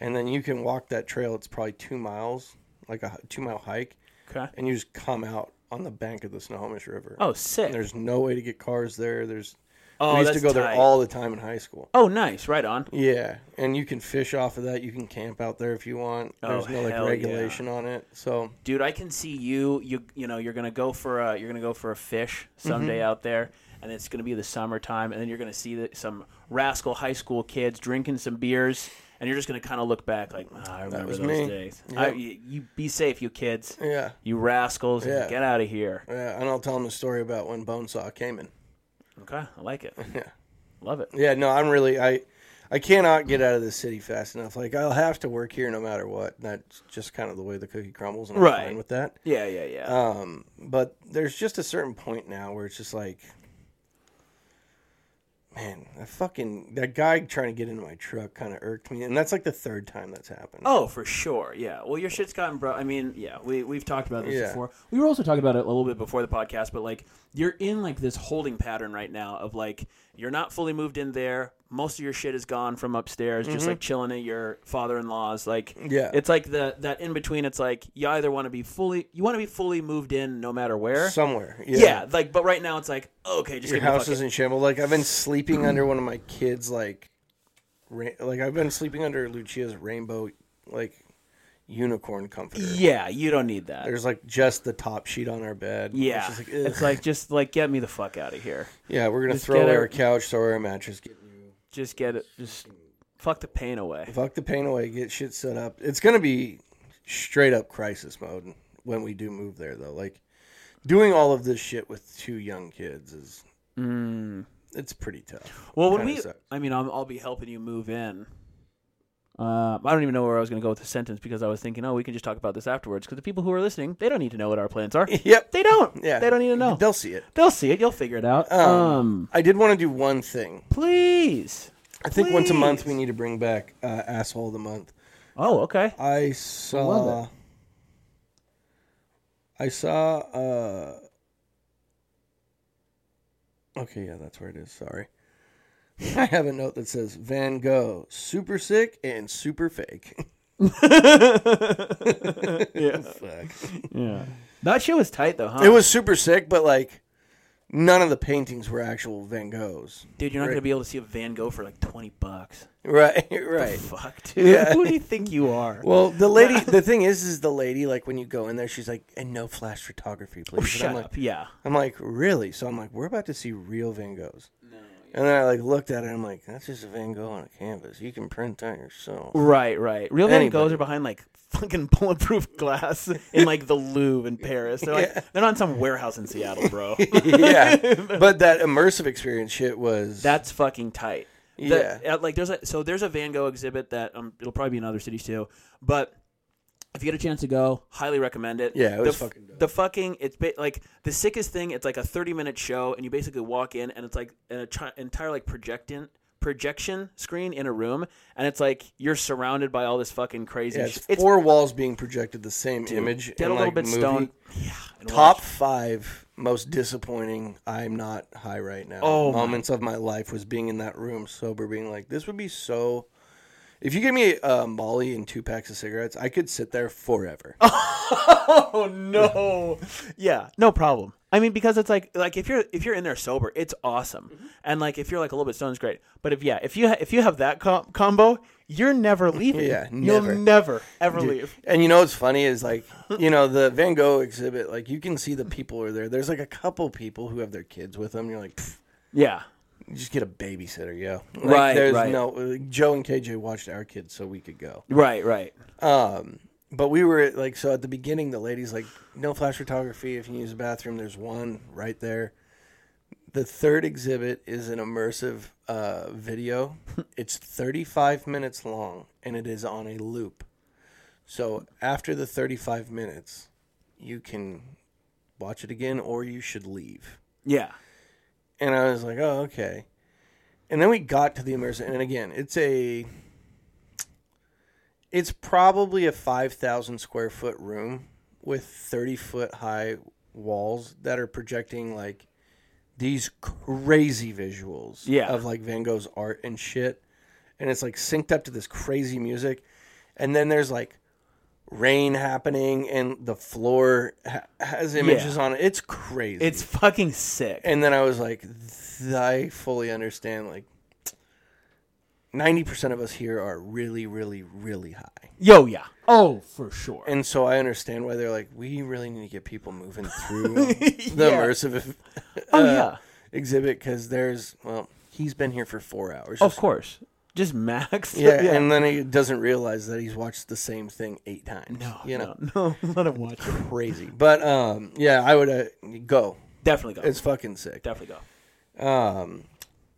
and then you can walk that trail. It's probably two miles, like a two mile hike,
Okay.
and you just come out on the bank of the Snohomish River.
Oh sick.
There's no way to get cars there. There's
Oh,
we used to
that's
go there
tight.
all the time in high school.
Oh nice. Right on.
Yeah, and you can fish off of that. You can camp out there if you want. There's no like
Oh, hell yeah.
regulation on it. So
dude i can see you you you know you're gonna go for a you're gonna go for a fish
Mm-hmm.
someday out there and it's gonna be the summertime and then you're gonna see the, some rascal high school kids drinking some beers and you're just gonna kind of look back like "Ah, i remember
was
those
me.
days
Yep.
I, you, you be safe you kids
yeah,
you rascals
Yeah.
get out of here
yeah, and I'll tell them the story about when Bonesaw came in.
okay i like it
Yeah.
love it
Yeah, no, I'm really I, I cannot get out of this city fast enough. Like I'll have to work here no matter what. That's just kind of the way the cookie crumbles, and I'm
Right.
fine with that.
yeah yeah yeah
Um, but there's just a certain point now where it's just like, man, that fucking that guy trying to get into my truck kind of irked me, and that's like the third time that's happened.
Oh, for sure. Yeah. Well, your shit's gotten bro. I mean, yeah, we we've talked about this
Yeah.
before. We were also talking about it a little bit before the podcast, but like you're in like this holding pattern right now of like you're not fully moved in there. Most of your shit is gone from upstairs, just like chilling at your father-in-law's. Like,
Mm-hmm. Yeah.
it's like the that in between. It's like you either want to be fully, you want to be fully moved in, no matter where.
somewhere, yeah.
yeah. like, but right now it's like okay, just
Your
give me a
house
fucking
is in shambles. Like I've been sleeping under one of my kids, like, ra- like I've been sleeping under Lucia's rainbow, like, unicorn comforter.
yeah. You don't need that.
There's like just the top sheet on our bed.
yeah,
It's just like,
it's
ugh.
like just like get me the fuck out of here.
yeah, we're gonna
just
throw
get
away
out-
our couch, throw away our mattress, get
Just get it. Just fuck the pain away.
Fuck the pain away. Get shit set up. It's gonna be straight up crisis mode when we do move there, though. Like doing all of this shit with two young kids is
Mm.
it's pretty tough.
Well, when
Kinda
we,
sucks.
I mean, I'll, I'll be helping you move in. Uh, I don't even know where I was going to go with the sentence because I was thinking, oh, we can just talk about this afterwards because the people who are listening, they don't need to know what our plans are.
Yep.
They don't.
Yeah.
They don't need to know.
They'll see it.
They'll see it. You'll figure it out. Um,
I did want to do one thing.
please.
I think once a month we need to bring back uh, asshole of the month.
Oh, okay.
I saw. I saw. Uh, okay, yeah, that's where it is. Sorry. I have a note that says Van Gogh, super sick and super fake.
Yeah.
Fuck.
yeah. That shit was tight though, huh?
It was super sick, but like none of the paintings were actual Van Goghs.
Dude, you're not going to be able to see a Van Gogh for like twenty bucks.
Right, right.
Fuck, dude.
Yeah.
Who do you think you are?
Well, the lady, the thing is, is the lady like when you go in there, she's like, "And no flash photography, please." And
Shut
I'm like,
up. Yeah.
I'm like, really? So I'm like, we're about to see real Van Goghs. No. And then I like looked at it. I'm like, that's just a Van Gogh on a canvas. You can print that yourself.
Right, right. Real Van Goghs
Anybody.
are behind like fucking bulletproof glass in like the Louvre in Paris. They're like they're not in some warehouse in Seattle, bro.
yeah, but that immersive experience shit was
That's fucking tight. The-
Yeah.
uh, like there's a so there's a Van Gogh exhibit that um it'll probably be in other cities too, but if you get a chance to go, highly recommend it.
Yeah, it was
the, f-
fucking dope.
the fucking it's ba- like the sickest thing. It's like a thirty minute show, and you basically walk in, and it's like an atri- entire like projectant projection screen in a room, and it's like you're surrounded by all this fucking crazy.
yeah,
sh-
it's four walls being projected the same image.
get
in,
a little
like,
bit
movie.
stoned. Yeah, and
Top
watch.
five most disappointing. I'm not high right now.
Oh, my-
moments of my life was being in that room sober, being like, this would be so. If you give me a Molly and two packs of cigarettes, I could sit there forever.
Oh no. yeah, no problem. I mean, because it's like like if you're if you're in there sober, it's awesome, and like if you're like a little bit stoned, it's great. But if yeah, if you ha- if you have that com- combo, you're never leaving.
Yeah,
you'll
never.
never ever leave.
And you know what's funny is like, you know, the Van Gogh exhibit, like you can see the people are there. There's like a couple people who have their kids with them. You're like, "Pff,
Yeah,
you just get a babysitter, yo. Like,
Right,
There's
right.
no like, Joe and KJ watched our kids so we could go.
right, right.
Um, but we were like, so at the beginning, the lady's like, no flash photography. If you use the bathroom, there's one right there. The third exhibit is an immersive uh, video. it's 35 minutes long and it is on a loop. So after the 35 minutes, you can watch it again or you should leave.
Yeah,
And I was like, oh, okay. And then we got to the immersive. And again, it's a. It's probably a 5,000 square foot room with 30 foot high walls that are projecting like these crazy visuals
Yeah.
of like Van Gogh's art and shit. And it's like synced up to this crazy music. And then there's like rain happening and the floor ha- has images on it. It's crazy
it's fucking sick.
and then I was like, th- I fully understand. Like, ninety percent of us here are really, really, really high,
Yo, yeah,
Oh, for sure.
and so I understand why they're like, we really need to get people moving through the immersive uh,
oh yeah,
exhibit because there's well, he's been here for four hours.
of course. Just max.
Yeah, and then he doesn't realize that he's watched the same thing eight times.
no,
you know,
no, no, let him watch. it.
crazy. But um, yeah, I would uh, go.
Definitely go.
It's fucking sick.
Definitely go.
Um,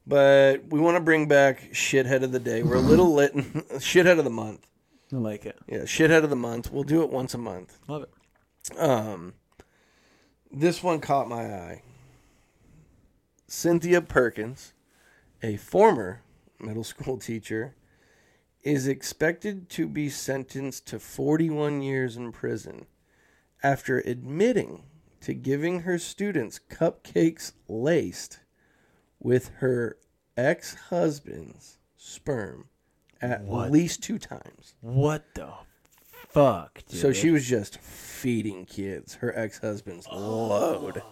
but we want to bring back shithead of the day. We're a little lit. shithead of the month.
I like it.
Yeah, shithead of the month. We'll do it once a month.
Love it.
Um, this one caught my eye. Cynthia Perkins, a former middle school teacher, is expected to be sentenced to 41 years in prison after admitting to giving her students cupcakes laced with her ex husband's sperm at least two times.
What the fuck? Dude?
So she was just feeding kids her ex husband's load.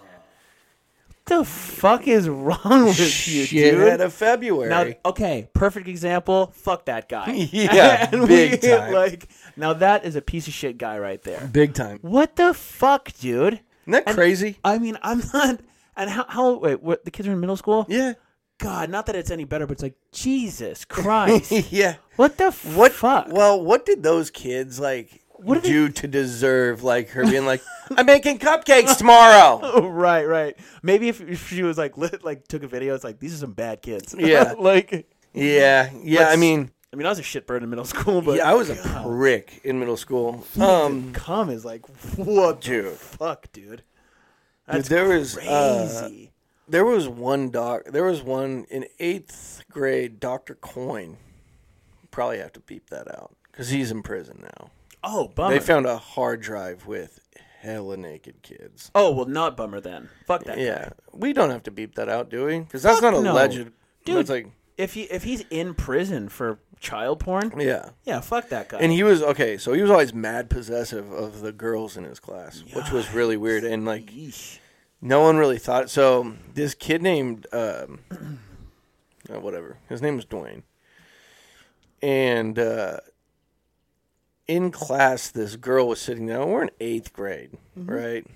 the fuck is wrong with you,
Shithead
dude?
of February.
Now, okay, perfect example. Fuck that guy.
Yeah,
And
big time.
Like, now that is a piece of shit guy right there.
Big time. Isn't
What the fuck, dude?
that crazy?
I mean, I'm not. And how? How? Wait, what? The kids are in middle school.
Yeah.
God, not that it's any better, but it's like Jesus Christ.
Yeah.
what the
What
fuck?
Well, what did those kids like
What did
do to deserve like her being like, I'm making cupcakes tomorrow?
Oh, right, right. Maybe if, if she was like, lit, like took a video, it's like these are some bad kids.
Yeah.
like,
Yeah. Yeah. I mean,
I mean, I was a shitbird in middle school, but
Oh, yeah, I was a prick in middle school.
um,
Um,
cum is like, what the
dude.
fuck, dude?
dude,
That's
there was uh,
crazy.
There was one doc. There was one in eighth grade. Doctor Coin. Probably have to beep that out because he's in prison now.
oh, bummer.
They found a hard drive with hella naked kids.
oh, well, not bummer then. Fuck that. guy.
Yeah, we don't have to beep that out, do we? Because that's
Fuck
not a
no.
legend.
Dude.
Dude, it's like
If he if he's in prison for child porn,
yeah.
yeah, fuck that guy.
And he was okay, so he was always mad possessive of the girls in his class, which was really weird. And like,
Yeesh.
no one really thought. So this kid named um, uh, whatever his name was Dwayne, and uh, in class this girl was
Mm-hmm.
sitting down. We're in eighth grade, right?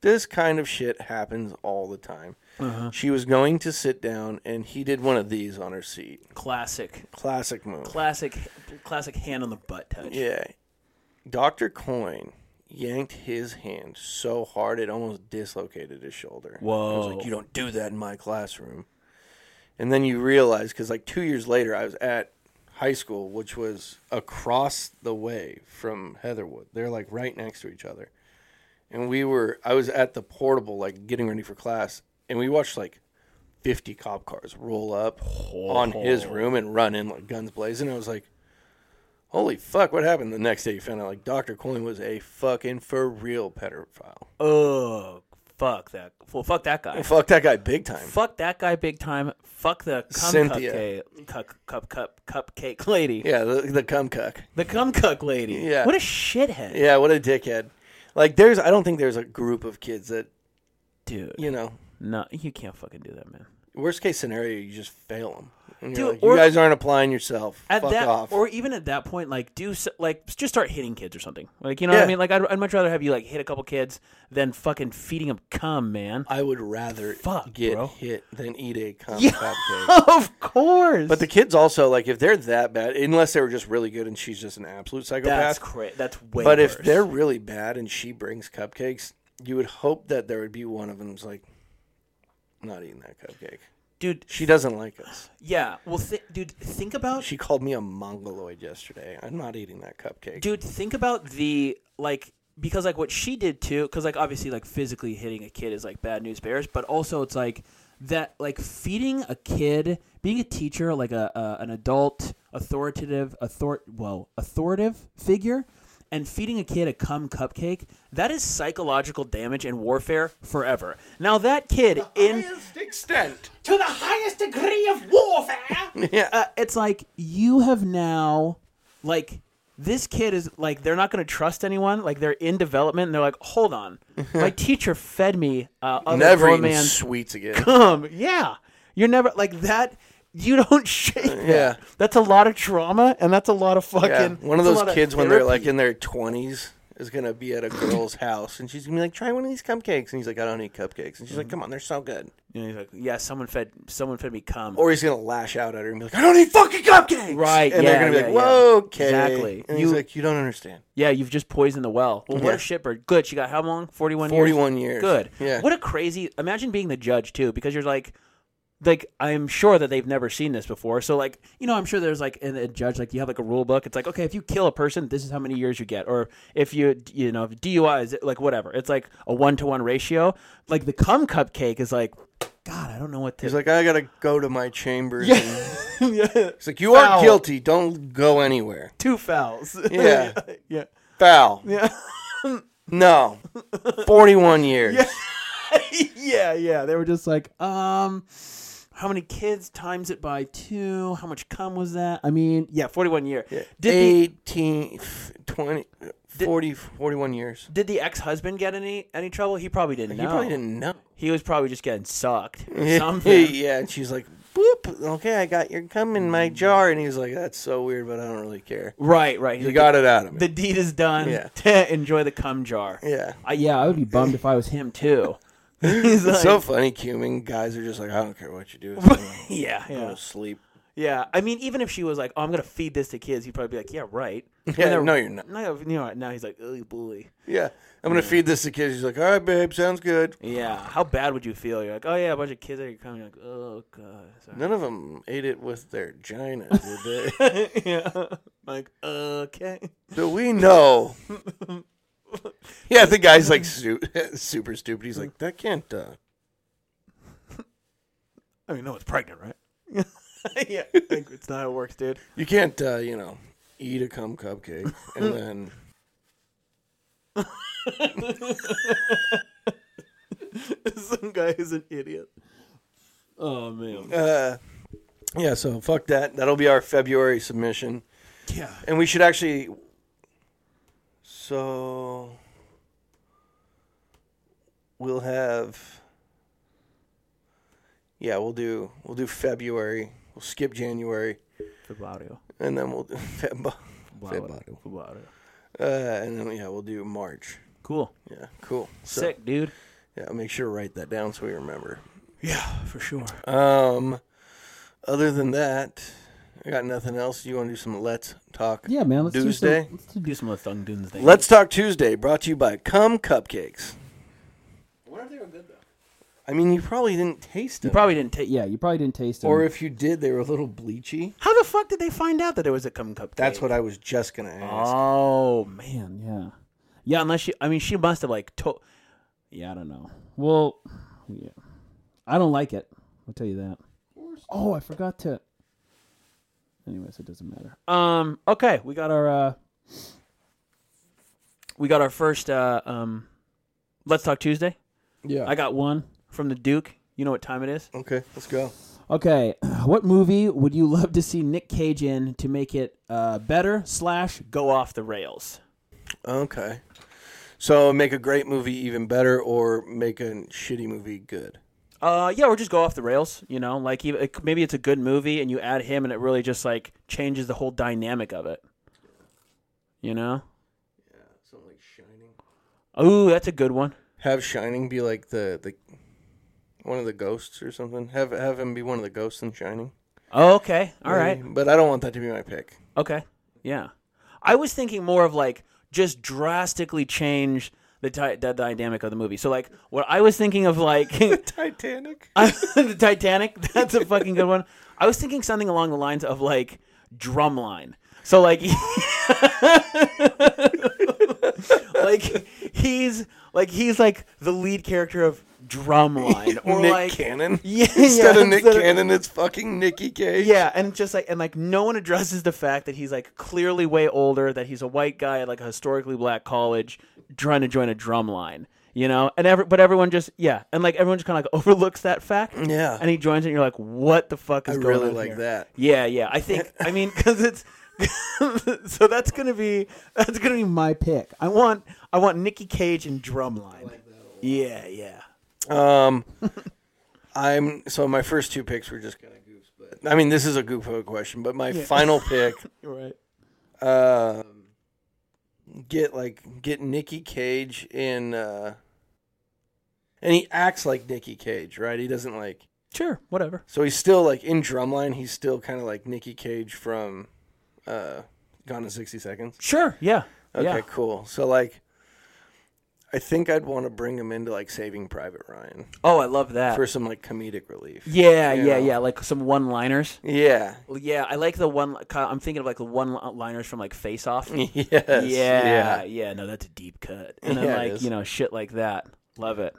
This kind of shit happens all the time.
Uh-huh.
She was going to sit down, and he did one of these on her seat.
Classic,
Classic move.
classic, classic hand on the butt touch.
yeah. Dr. Coyne yanked his hand so hard it almost dislocated his shoulder. I was
Whoa.
like, you don't do that in my classroom. And then you realize, because like two years later, I was at high school, which was across the way from Heatherwood. They're like right next to each other. And we were, I was at the portable, like getting ready for class, and we watched like 50 cop cars roll up on his room and run in like guns blazing. I was like, holy fuck, what happened? The next day, you found out like Dr. Coyne was a fucking for real pedophile.
Oh, fuck that. Well, fuck that guy.
Fuck that guy big time.
Fuck that guy big time. Fuck the cum
Cynthia.
cupcake, cup, cup, cup, cupcake lady.
Yeah, the, the cum cuck.
The cum cuck lady.
Yeah.
What a shithead,
Yeah, what a dickhead. Like there's I don't think there's a group of kids that,
dude.
you know,
No, you can't fucking do that, man.
worst case scenario you just fail them. And you're
Dude,
like,
or-
you guys aren't applying yourself.
At
Fuck
that,
off.
or even at that point, like do so, like just start hitting kids or something. Like you know what
Yeah.
I mean? Like I'd, I'd much rather have you like hit a couple kids than fucking feeding them cum, man.
I would rather
Fuck,
get
bro.
hit than eat a cum
Yeah.
cupcake.
of course.
But the kids also like if they're that bad, unless they were just really good and she's just an absolute
that's
psychopath.
cra- That's way.
but if
worse.
they're really bad and she brings cupcakes, you would hope that there would be one of them's like, not eating that cupcake.
dude,
She doesn't like us.
yeah. Well, th- dude, think about
She called me a mongoloid yesterday. I'm not eating that cupcake.
dude think about the like because like what she did too because like obviously like physically hitting a kid is like bad news bears but also it's like that like feeding a kid being a teacher like a, a an adult authoritative author well authoritative figure and feeding a kid a cum cupcake that is psychological damage and warfare forever now that kid in
extent.
To the highest degree of warfare.
uh, it's like you have now like this kid is like they're not going to trust anyone like they're in development and they're like hold on my teacher fed me uh other
Never
grown
eating
man
sweets again.
um yeah you're never like that you don't shake that.
yeah.
that's a lot of trauma and that's a lot of fucking
Yeah. One of
that's a
those
lot
kids when they're
therapy.
like in their 20s is going to be at a girl's house and she's going to be like, try one of these cupcakes. And he's like, I don't eat cupcakes. And
Mm-hmm.
she's like, come on, they're so good.
And he's like, yeah someone fed someone fed me cum
Or he's going to lash out at her and be like, I don't eat fucking cupcakes.
Right,
And
yeah,
they're going to
yeah,
be
yeah.
like, whoa, okay.
Exactly.
And
You-
he's like, you don't understand.
yeah you've just poisoned the well well what a shitbird good she got how long 41 years
41 years.
good.
Yeah.
What a crazy. Imagine being the judge too, because you're like, like I'm sure that they've never seen this before. So like, you know, I'm sure there's like a, a judge, like you have like a rule book. It's like, okay, if you kill a person, this is how many years you get, or if you, you know, DUIs, like whatever. It's like a one to one ratio. Like the cum cupcake is like, God, I don't know what to.
He's like, I got to go to my chambers. And
yeah,
he's like, you are
Foul.
guilty. Don't go anywhere.
two fouls.
Yeah.
yeah.
Foul.
Yeah.
No. 41 years.
yeah, yeah. They were just like, um, how many kids times it by two? How much cum was that? I mean, yeah, forty-one year. Did the
18, f- 20, 40, 41 years.
did the ex-husband get any any trouble? He probably didn't.
He
know.
probably didn't know.
He was probably just getting sucked. or Something. Mm.
yeah, and she's like, boop, okay, I got your cum in my jar. And he's like, that's so weird, but I don't really care.
right, right. He's
You
like,
got it out of me.
The deed is done.
Yeah.
Enjoy the cum jar.
yeah.
I, yeah, I would be bummed if I was him too. He's like,
It's so funny, cuming guys are just like, I don't care what you do. It's fine.
yeah,
I'm
yeah,
gonna sleep.
yeah. I mean, even if she was like, "Oh, I'm gonna feed this to kids," he'd probably be like, "Yeah, right."
Yeah, no, you're not.
No, you know, what, now he's like, "Oh, bully."
Yeah, I'm gonna feed this to kids. He's like, all right, babe, sounds good.
Yeah. How bad would you feel? You're like, oh yeah, a bunch of kids are coming. You're like, oh god. Sorry.
None of them ate it with their gina, did they?
yeah. Like, okay.
Do we know? yeah, the guy's like su- super stupid. He's like, that can't. Uh,
I mean, no one's pregnant, right? yeah. Like, it's not how it works, dude.
you can't. Uh, you know, eat a cum cupcake and then.
Some guy is an idiot. Oh man.
Uh, yeah, so fuck that. That'll be our February submission,
Yeah.
and we should actually. So. We'll have. Yeah, we'll do we'll do February. We'll skip January,
February.
and then we'll do Feb. February.
February.
Uh, and then yeah, we'll do March.
Cool.
Yeah, cool. So,
Sick, dude.
Yeah, make sure to write that down so we remember.
Yeah, for sure.
Um, other than that, I got nothing else. You want to do some Let's Talk
Yeah, man. Let's do
Tuesday?
some, let's
Do some of the Thung Dunes thing.
Let's Talk Tuesday, brought to you by Cum Cupcakes. I mean, you probably didn't taste
You
them.
probably didn't take.
Yeah, you probably didn't taste them.
or if you did, they were a little bleachy.
How the fuck did they find out that it was a cum cupcake?
That's what I was just going to ask.
Oh man, yeah, yeah. Unless she, I mean, she must have like to. Yeah, I don't know. Well,
yeah. I don't like it. I'll tell you that. Oh, I forgot to. Anyways, it doesn't matter.
um, okay, we got our uh, we got our first uh, um, let's talk Tuesday.
yeah. Oh.
I got one from the Duke. You know what time it is?
okay, let's go.
Okay, what movie would you love to see Nick Cage in to make it uh, better slash
Go off the rails.
Okay. So make a great movie even better or make a shitty movie good.
Uh, yeah, or just go off the rails. You know, like even, it- maybe it's a good movie and you add him, and it really just like changes the whole dynamic of it. You know?
Something like Shining.
Ooh, that's a good one.
Have Shining be like the the one of the ghosts or something. Have have him be one of the ghosts in Shining.
Oh, okay, all right,
But I don't want that to be my pick.
okay, yeah. I was thinking more of like just drastically change the ty- the dynamic of the movie. So like what I was thinking of like
Titanic.
I- the Titanic. That's a fucking good one. I was thinking something along the lines of like drumline. So like, like he's like he's like the lead character of drumline or
Nick
like
Cannon.
yeah
Instead
yeah,
of Nick
instead of-
Cannon, it's fucking Nicky Cage.
yeah, and just like and like no one addresses the fact that he's like clearly way older, that he's a white guy at like a historically black college trying to join a drum line, you know? And every but everyone just yeah, and like everyone just kind of like overlooks that fact.
Yeah.
And he joins it and you're like what the fuck is
I
going
really
on
like
here?
that.
Yeah, yeah. I think I mean cuz it's so that's going to be that's going to be my pick. I want I want Nicky Cage and drumline. yeah, yeah.
Um, I'm so my first two picks were just kind of goofs, but I mean this is a goof of a question. But my final pick,
Right.
uh, get like get Nicky Cage in, uh, and he acts like Nicky Cage, right? He doesn't like
Sure, whatever.
so he's still like in Drumline. He's still kind of like Nicky Cage from uh, Gone in sixty seconds.
Sure, yeah.
Okay,
yeah.
cool. So like, I think I'd want to bring him into like Saving Private Ryan
Oh, I love that.
for some like comedic relief.
Yeah,
You
yeah,
know?
yeah. Like some one liners.
Yeah.
Well, yeah, I like the one. I'm thinking of like the one liners from like Face Off. yeah,
Yes.
yeah, No, that's a deep cut. And then
Yeah, it
like
is.
you know shit like that. Love it.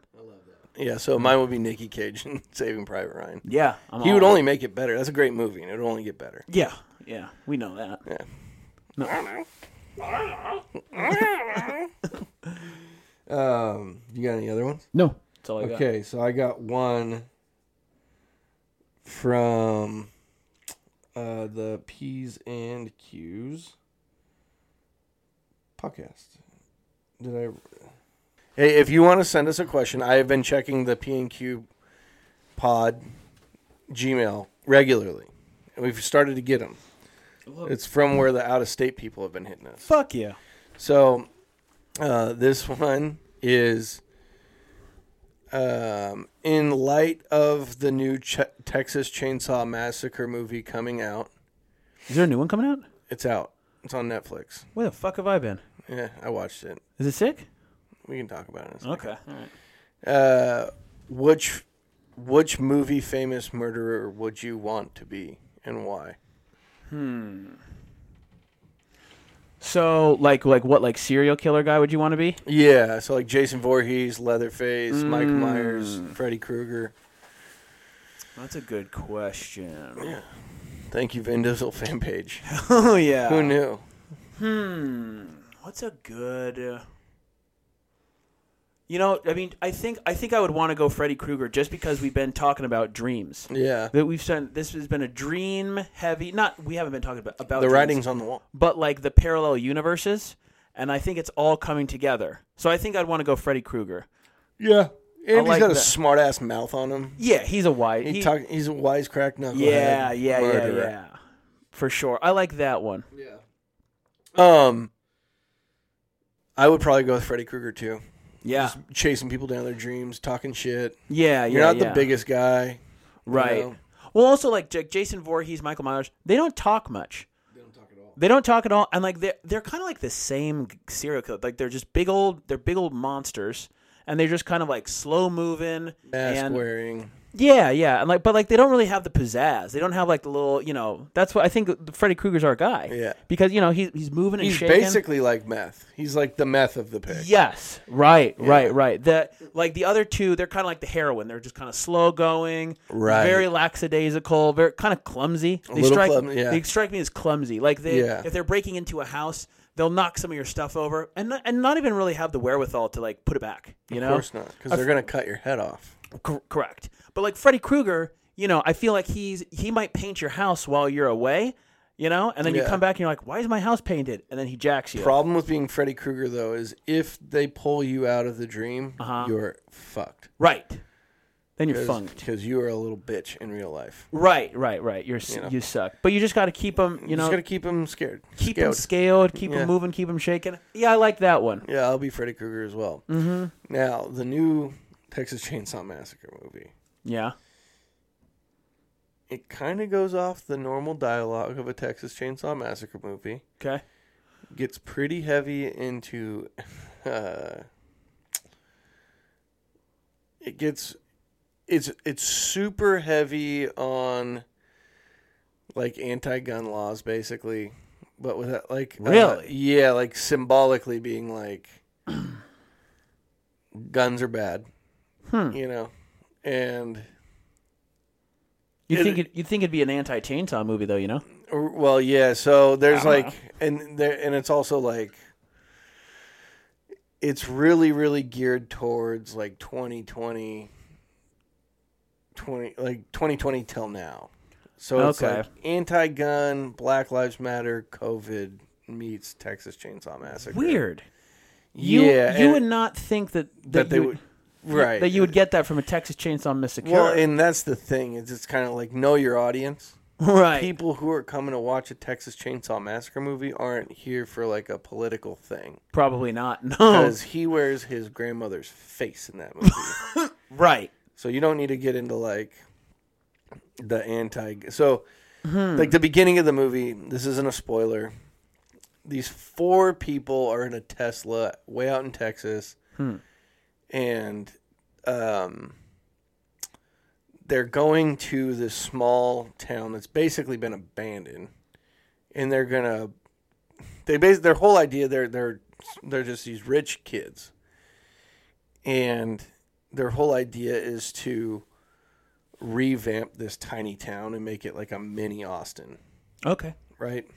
Yeah, so mine would be Nicky Cage and Saving Private Ryan.
Yeah, I'm
He
all
would
in.
only make it better. That's a great movie, and it would only get better.
Yeah, yeah. We know that.
Yeah. Um, you got any other ones?
no?
That's all I got.
Okay, so I got one from uh, the P's and Q's podcast. Did I? Hey, if you want to send us a question, I have been checking the P and Q pod Gmail regularly, and we've started to get them. It's from where the out of state people have been hitting us.
Fuck yeah.
So uh, this one is um, in light of the new Ch- Texas Chainsaw Massacre movie coming out.
Is there a new one coming out?
It's out. It's on Netflix.
Where the fuck have I been?
Yeah, I watched it.
Is it sick?
We can talk about it. in a second.
Okay. All right.
Uh, which which movie famous murderer would you want to be and why?
So like like what like serial killer guy would you want to be?
Yeah, so like Jason Voorhees, Leatherface, Mike Myers, Freddy Krueger.
That's a good question.
Thank you, Vin Diesel fan page.
oh yeah.
Who knew?
Hmm. What's a good? uh, You know, I mean, I think I think I would want to go Freddy Krueger just because we've been talking about dreams.
Yeah.
That we've sent. This has been a dream heavy. Not we haven't been talking about about
The
dreams,
writing's on the wall.
but like the parallel universes, and I think it's all coming together. So I think I'd want to go Freddy Krueger.
Yeah. And
I
he's
like
got a
that.
smart ass mouth on him.
Yeah, he's a wise.
He,
he-
talk, he's a wisecrack knucklehead.
yeah, yeah, yeah,
murderer.
yeah. For sure, I like that one.
Um, I would probably go with Freddy Krueger too.
Yeah.
chasing people down their dreams, talking shit.
Yeah.
You're
yeah,
not
yeah.
the biggest guy.
Right.
know?
Well, also like J- Jason Voorhees, Michael Myers, they don't talk much. They don't talk at all, and like they're they're kind of like the same g- serial killer. Like they're just big old, they're big old monsters, and they're just kind of like slow moving.
Mask
and
wearing.
yeah, yeah, and like but like they don't really have the pizzazz. They don't have like the little, you know. That's what I think Freddy Krueger's our guy.
Yeah.
because you know he's he's moving and
He's
shaking.
basically like meth. He's like the meth of the pig.
Yes, right, right, right. The like the other two, they're kind of like the heroin. They're just kind of slow going,
Right.
Very lackadaisical, very kind of clumsy. They
little
strike,
clum- yeah.
they strike me as clumsy. Like they,
Yeah.
if they're breaking into a house, they'll knock some of your stuff over and not, and not even really have the wherewithal to like put it back. You know,
Of course not, because they're gonna cut your head off.
Cor- correct. But like Freddy Krueger, you know, I feel like he's he might paint your house while you're away. You know, and then you
Yeah.
come back and you're like, "Why is my house painted?" And then he jacks you.
Problem with being Freddy Krueger though is if they pull you out of the dream,
Uh-huh.
you're fucked.
right. Then you're funked.
Because you are a little bitch in real life.
Right, right, right. You're you, you suck, but you just got to keep them. You
You
know,
just gotta keep him scared.
keep them
Scared.
scaled, keep
Yeah.
them moving, keep them shaking. Yeah, I like that one.
Yeah, I'll be Freddy Krueger as well. Mm-hmm. Now the new Texas Chainsaw Massacre movie.
Yeah,
It kind of goes off the normal dialogue of a Texas Chainsaw Massacre movie.
okay.
Gets pretty heavy into. Uh, it gets, it's it's super heavy on, like anti-gun laws basically, but with that like uh,
Really?
yeah, like symbolically being like, guns are bad, you know, and
You
It-
think it, you think it'd be an anti chainsaw movie though? You know,
Or- Well, yeah. So there's
Uh-huh.
like, and there, and it's also like, it's really, really geared towards like 2020, 20, like 2020 till now. So it's
Okay.
like anti-gun, Black Lives Matter, COVID meets Texas Chainsaw Massacre.
weird. You
Yeah,
you
and-
would not think that that,
that they
you,
would, right?
that you would get that from a Texas Chainsaw Massacre.
Well, and that's the thing is, it's kind of like know your audience.
right.
people who are coming to watch a Texas Chainsaw Massacre movie aren't here for like a political thing
Probably not. No.
because he wears his grandmother's face in that movie.
Right.
so you don't need to get into like the anti. So like the beginning of the movie, this isn't a spoiler. These four people are in a Tesla way out in Texas, and um, they're going to this small town that's basically been abandoned, and they're gonna they base their whole idea they're they're they're just these rich kids, and their whole idea is to revamp this tiny town and make it like a mini Austin,
Okay.
right?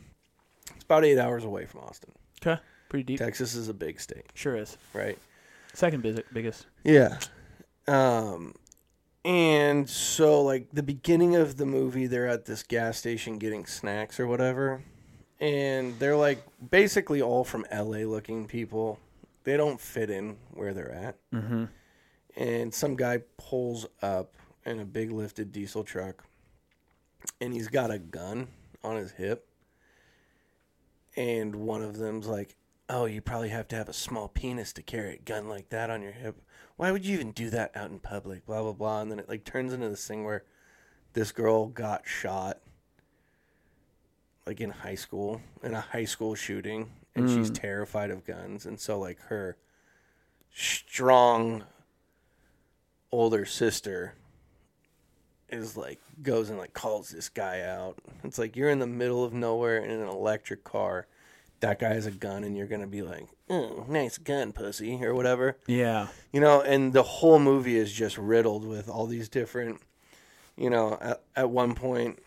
It's about eight hours away from Austin.
Okay. Pretty deep.
Texas is a big state,
Sure is.
right?
Second bus- biggest.
Yeah. Um, and so like the beginning of the movie, they're at this gas station getting snacks or whatever, and they're like basically all from LA looking people. They don't fit in where they're at. Mm-hmm. And some guy pulls up in a big lifted diesel truck, and he's got a gun on his hip. And one of them's like, "Oh, you probably have to have a small penis to carry a gun like that on your hip. Why would you even do that out in public?" Blah blah blah. And then it like turns into this thing where this girl got shot, like in high school, in a high school shooting, and she's terrified of guns, and so like her strong older sister is like goes and like calls this guy out. It's like you're in the middle of nowhere in an electric car. That guy has a gun, and you're gonna be like, "Oh, nice gun, pussy," or whatever,
Yeah.
you know. And the whole movie is just riddled with all these different, you know. At, at one point,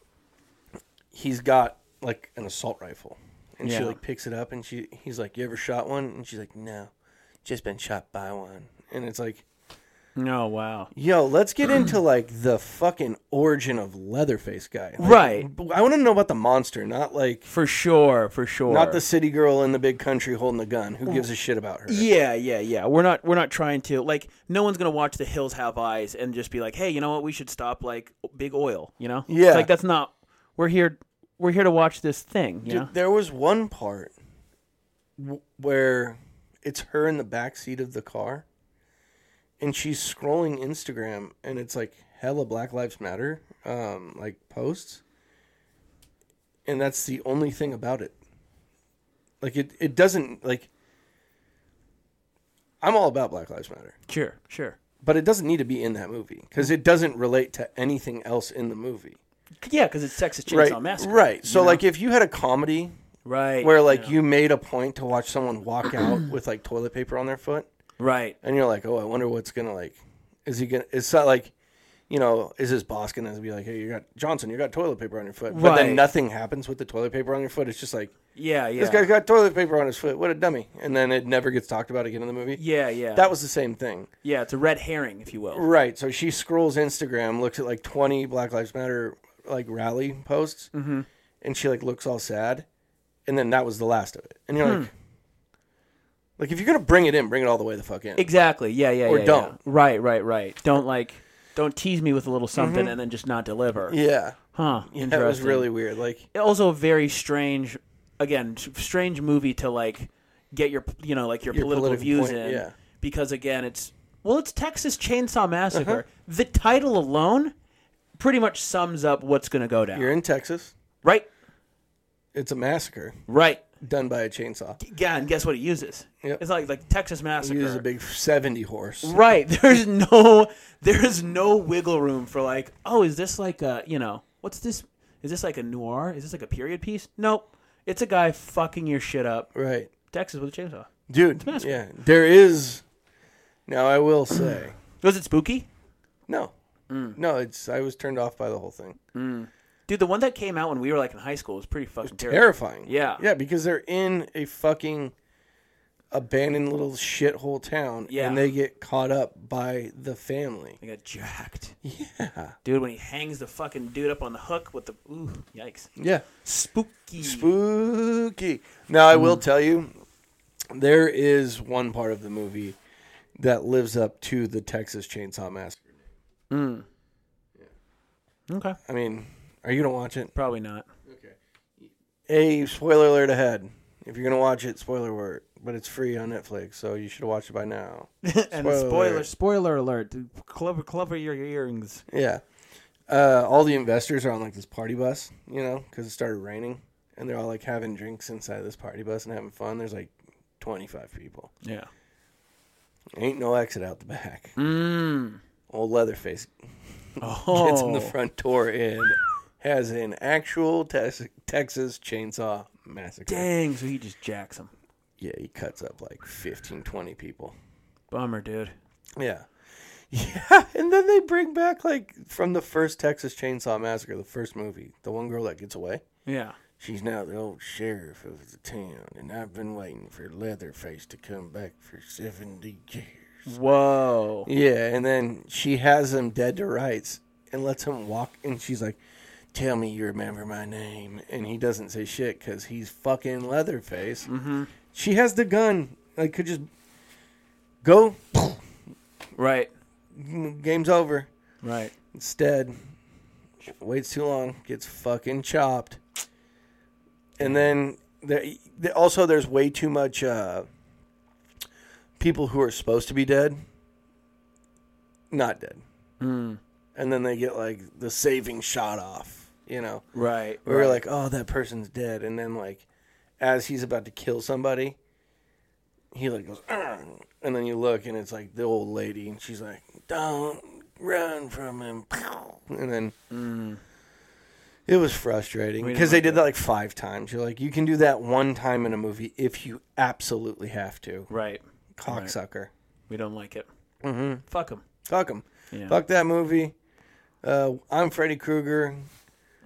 he's got like an assault rifle, and she
Yeah.
like picks it up, and she he's like, "You ever shot one?" And she's like, "No, just been shot by one." And it's like,
No. Oh, Wow.
Yo, let's get into like the fucking origin of Leatherface guy. Like,
Right.
I want to know about the monster, not like
For sure. For sure.
not the city girl in the big country holding the gun. Who gives a shit about her?
Yeah, yeah, yeah. We're not we're not trying to like no one's gonna watch The Hills Have Eyes and just be like, hey, you know what? We should stop like big oil. You know?
Yeah.
It's like that's not. We're here. We're here to watch this thing. You
Dude,
know?
there was one part w- where it's her in the back seat of the car, and she's scrolling Instagram and it's like hella Black Lives Matter um like posts. And that's the only thing about it. Like it it doesn't like I'm all about Black Lives Matter,
Sure, sure.
but it doesn't need to be in that movie cuz it doesn't relate to anything else in the movie.
Yeah, because it's Texas Chainsaw
Right.
Massacre.
Right. So like if you had a comedy
Right.
where like you made a point to watch someone walk out with like toilet paper on their foot
right.
and you're like, oh, I wonder what's gonna like. Is he gonna? It's not like, you know, is his boss gonna be like, hey, you got Johnson, you got toilet paper on your foot, but
Right.
then nothing happens with the toilet paper on your foot. It's just like
Yeah, yeah.
this guy's got toilet paper on his foot. What a dummy! And then it never gets talked about again in the movie.
yeah, yeah.
That was the same thing,
yeah. It's a red herring, if you will.
right? So she scrolls Instagram, looks at like twenty Black Lives Matter like rally posts,
Mm-hmm.
and she like looks all sad, and then that was the last of it. And
Hmm.
you're like, like if you're gonna bring it in, bring it all the way the fuck in.
Exactly. Yeah, yeah.
Or
yeah,
don't. Mm-hmm.
yeah. Right, right, right. Don't like. Don't tease me with a little something and then just not deliver.
yeah,
Huh.
yeah, that was
interesting.
really weird. Like.
also a very strange again s- strange movie to like get your you know like your,
Your
political,
political
views
point,
in
yeah.
because again it's well it's texas chainsaw
Uh-huh.
massacre the title alone pretty much sums up what's going to go down
You're in Texas.
right
It's a massacre
right
done by a chainsaw.
yeah and guess what it uses
Yep.
it's like like texas massacre
He uses a big 70 horse.
right there's no there's no wiggle room for like oh is this like a you know what's this is this like a noir is this like a period piece nope it's a guy fucking your shit up
Right.
texas with a chainsaw
Dude,
massacre.
yeah. There is Now I will say.
Was it spooky?
No.
Mm.
No, it's I was turned off by the whole thing.
Dude, the one that came out when we were like in high school was pretty fucking terrible.
Terrifying.
Yeah.
Yeah, because they're in a fucking abandoned little shithole town
Yeah.
and they get caught up by the family.
I got jacked. Yeah. Dude, when he hangs the fucking dude up on the hook with the ooh, yikes.
Yeah.
Spooky.
Spooky. Now I
Mm.
will tell you, there is one part of the movie that lives up to the Texas Chainsaw Massacre.
okay.
I mean, are you gonna watch it?
Probably not.
A spoiler alert ahead. If you're gonna watch it, spoiler alert. But it's free on Netflix, so you should watch it by now.
and spoiler,
Spoiler.
Spoiler alert.
clever, clever your earrings.
Yeah. Uh, all the investors are on like this party bus, you know, because it started raining, and they're all like having drinks inside this party bus and having fun. There's like 25 people.
Yeah.
Ain't no exit out the back.
Mm.
Old Leatherface
Oh.
gets in the front door and has an actual Tex Texas chainsaw massacre.
Dang, so he just jacks him.
Yeah, he cuts up like 15, 20 people.
Bummer, dude.
Yeah. Yeah, and then they bring back like from the first Texas Chainsaw Massacre, the first movie, the one girl that gets away.
Yeah.
She's now the old sheriff of the town, and I've been waiting for Leatherface to come back for seventy years.
Whoa.
Yeah, and then she has him dead to rights and lets him walk, and she's like, "Tell me you remember my name," and he doesn't say shit because he's fucking Leatherface. Mm-hmm. She has the gun, like could just go.
Right.
Game's over.
Right.
Instead, waits too long, gets fucking chopped. And then there, there- also there's way too much uh, people who are supposed to be dead, not dead. And then they get like the saving shot off, you know.
Right.
We were like, oh, that person's dead, and then like, as he's about to kill somebody, he like goes, "Argh," and then you look, and it's like the old lady, and she's like, "Don't run from him," Pew. and then it was frustrating because they did that like five times. You're like, you can do that one time in a movie if you absolutely have to,
right.
cocksucker.
We don't like it. Mm-hmm. Fuck him.
Fuck him.
Yeah.
Fuck that movie. Uh, I'm Freddy Krueger.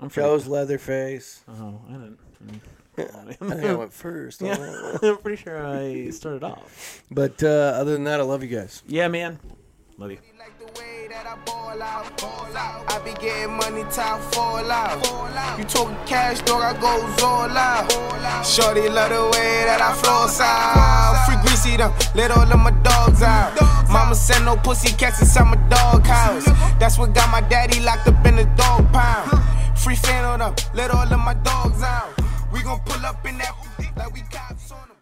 I'm Freddy-
Joe's Leatherface.
Oh, I didn't.
I think I went first. on that one.
I'm pretty sure I started off.
But uh, other than that, I love you guys.
Yeah, man. Love you.
Like the way that I ball out, ball out. I be getting money, time fall out. You talking cash, dog, I goes all out. Shorty love the way that I floss out. Free greasy them, let all of my dogs out. Mama send no pussy cats inside my dog house. That's what got my daddy locked up in the dog pound. Free fan on them, let all of my dogs out. We gon' pull up in that like we cops on them.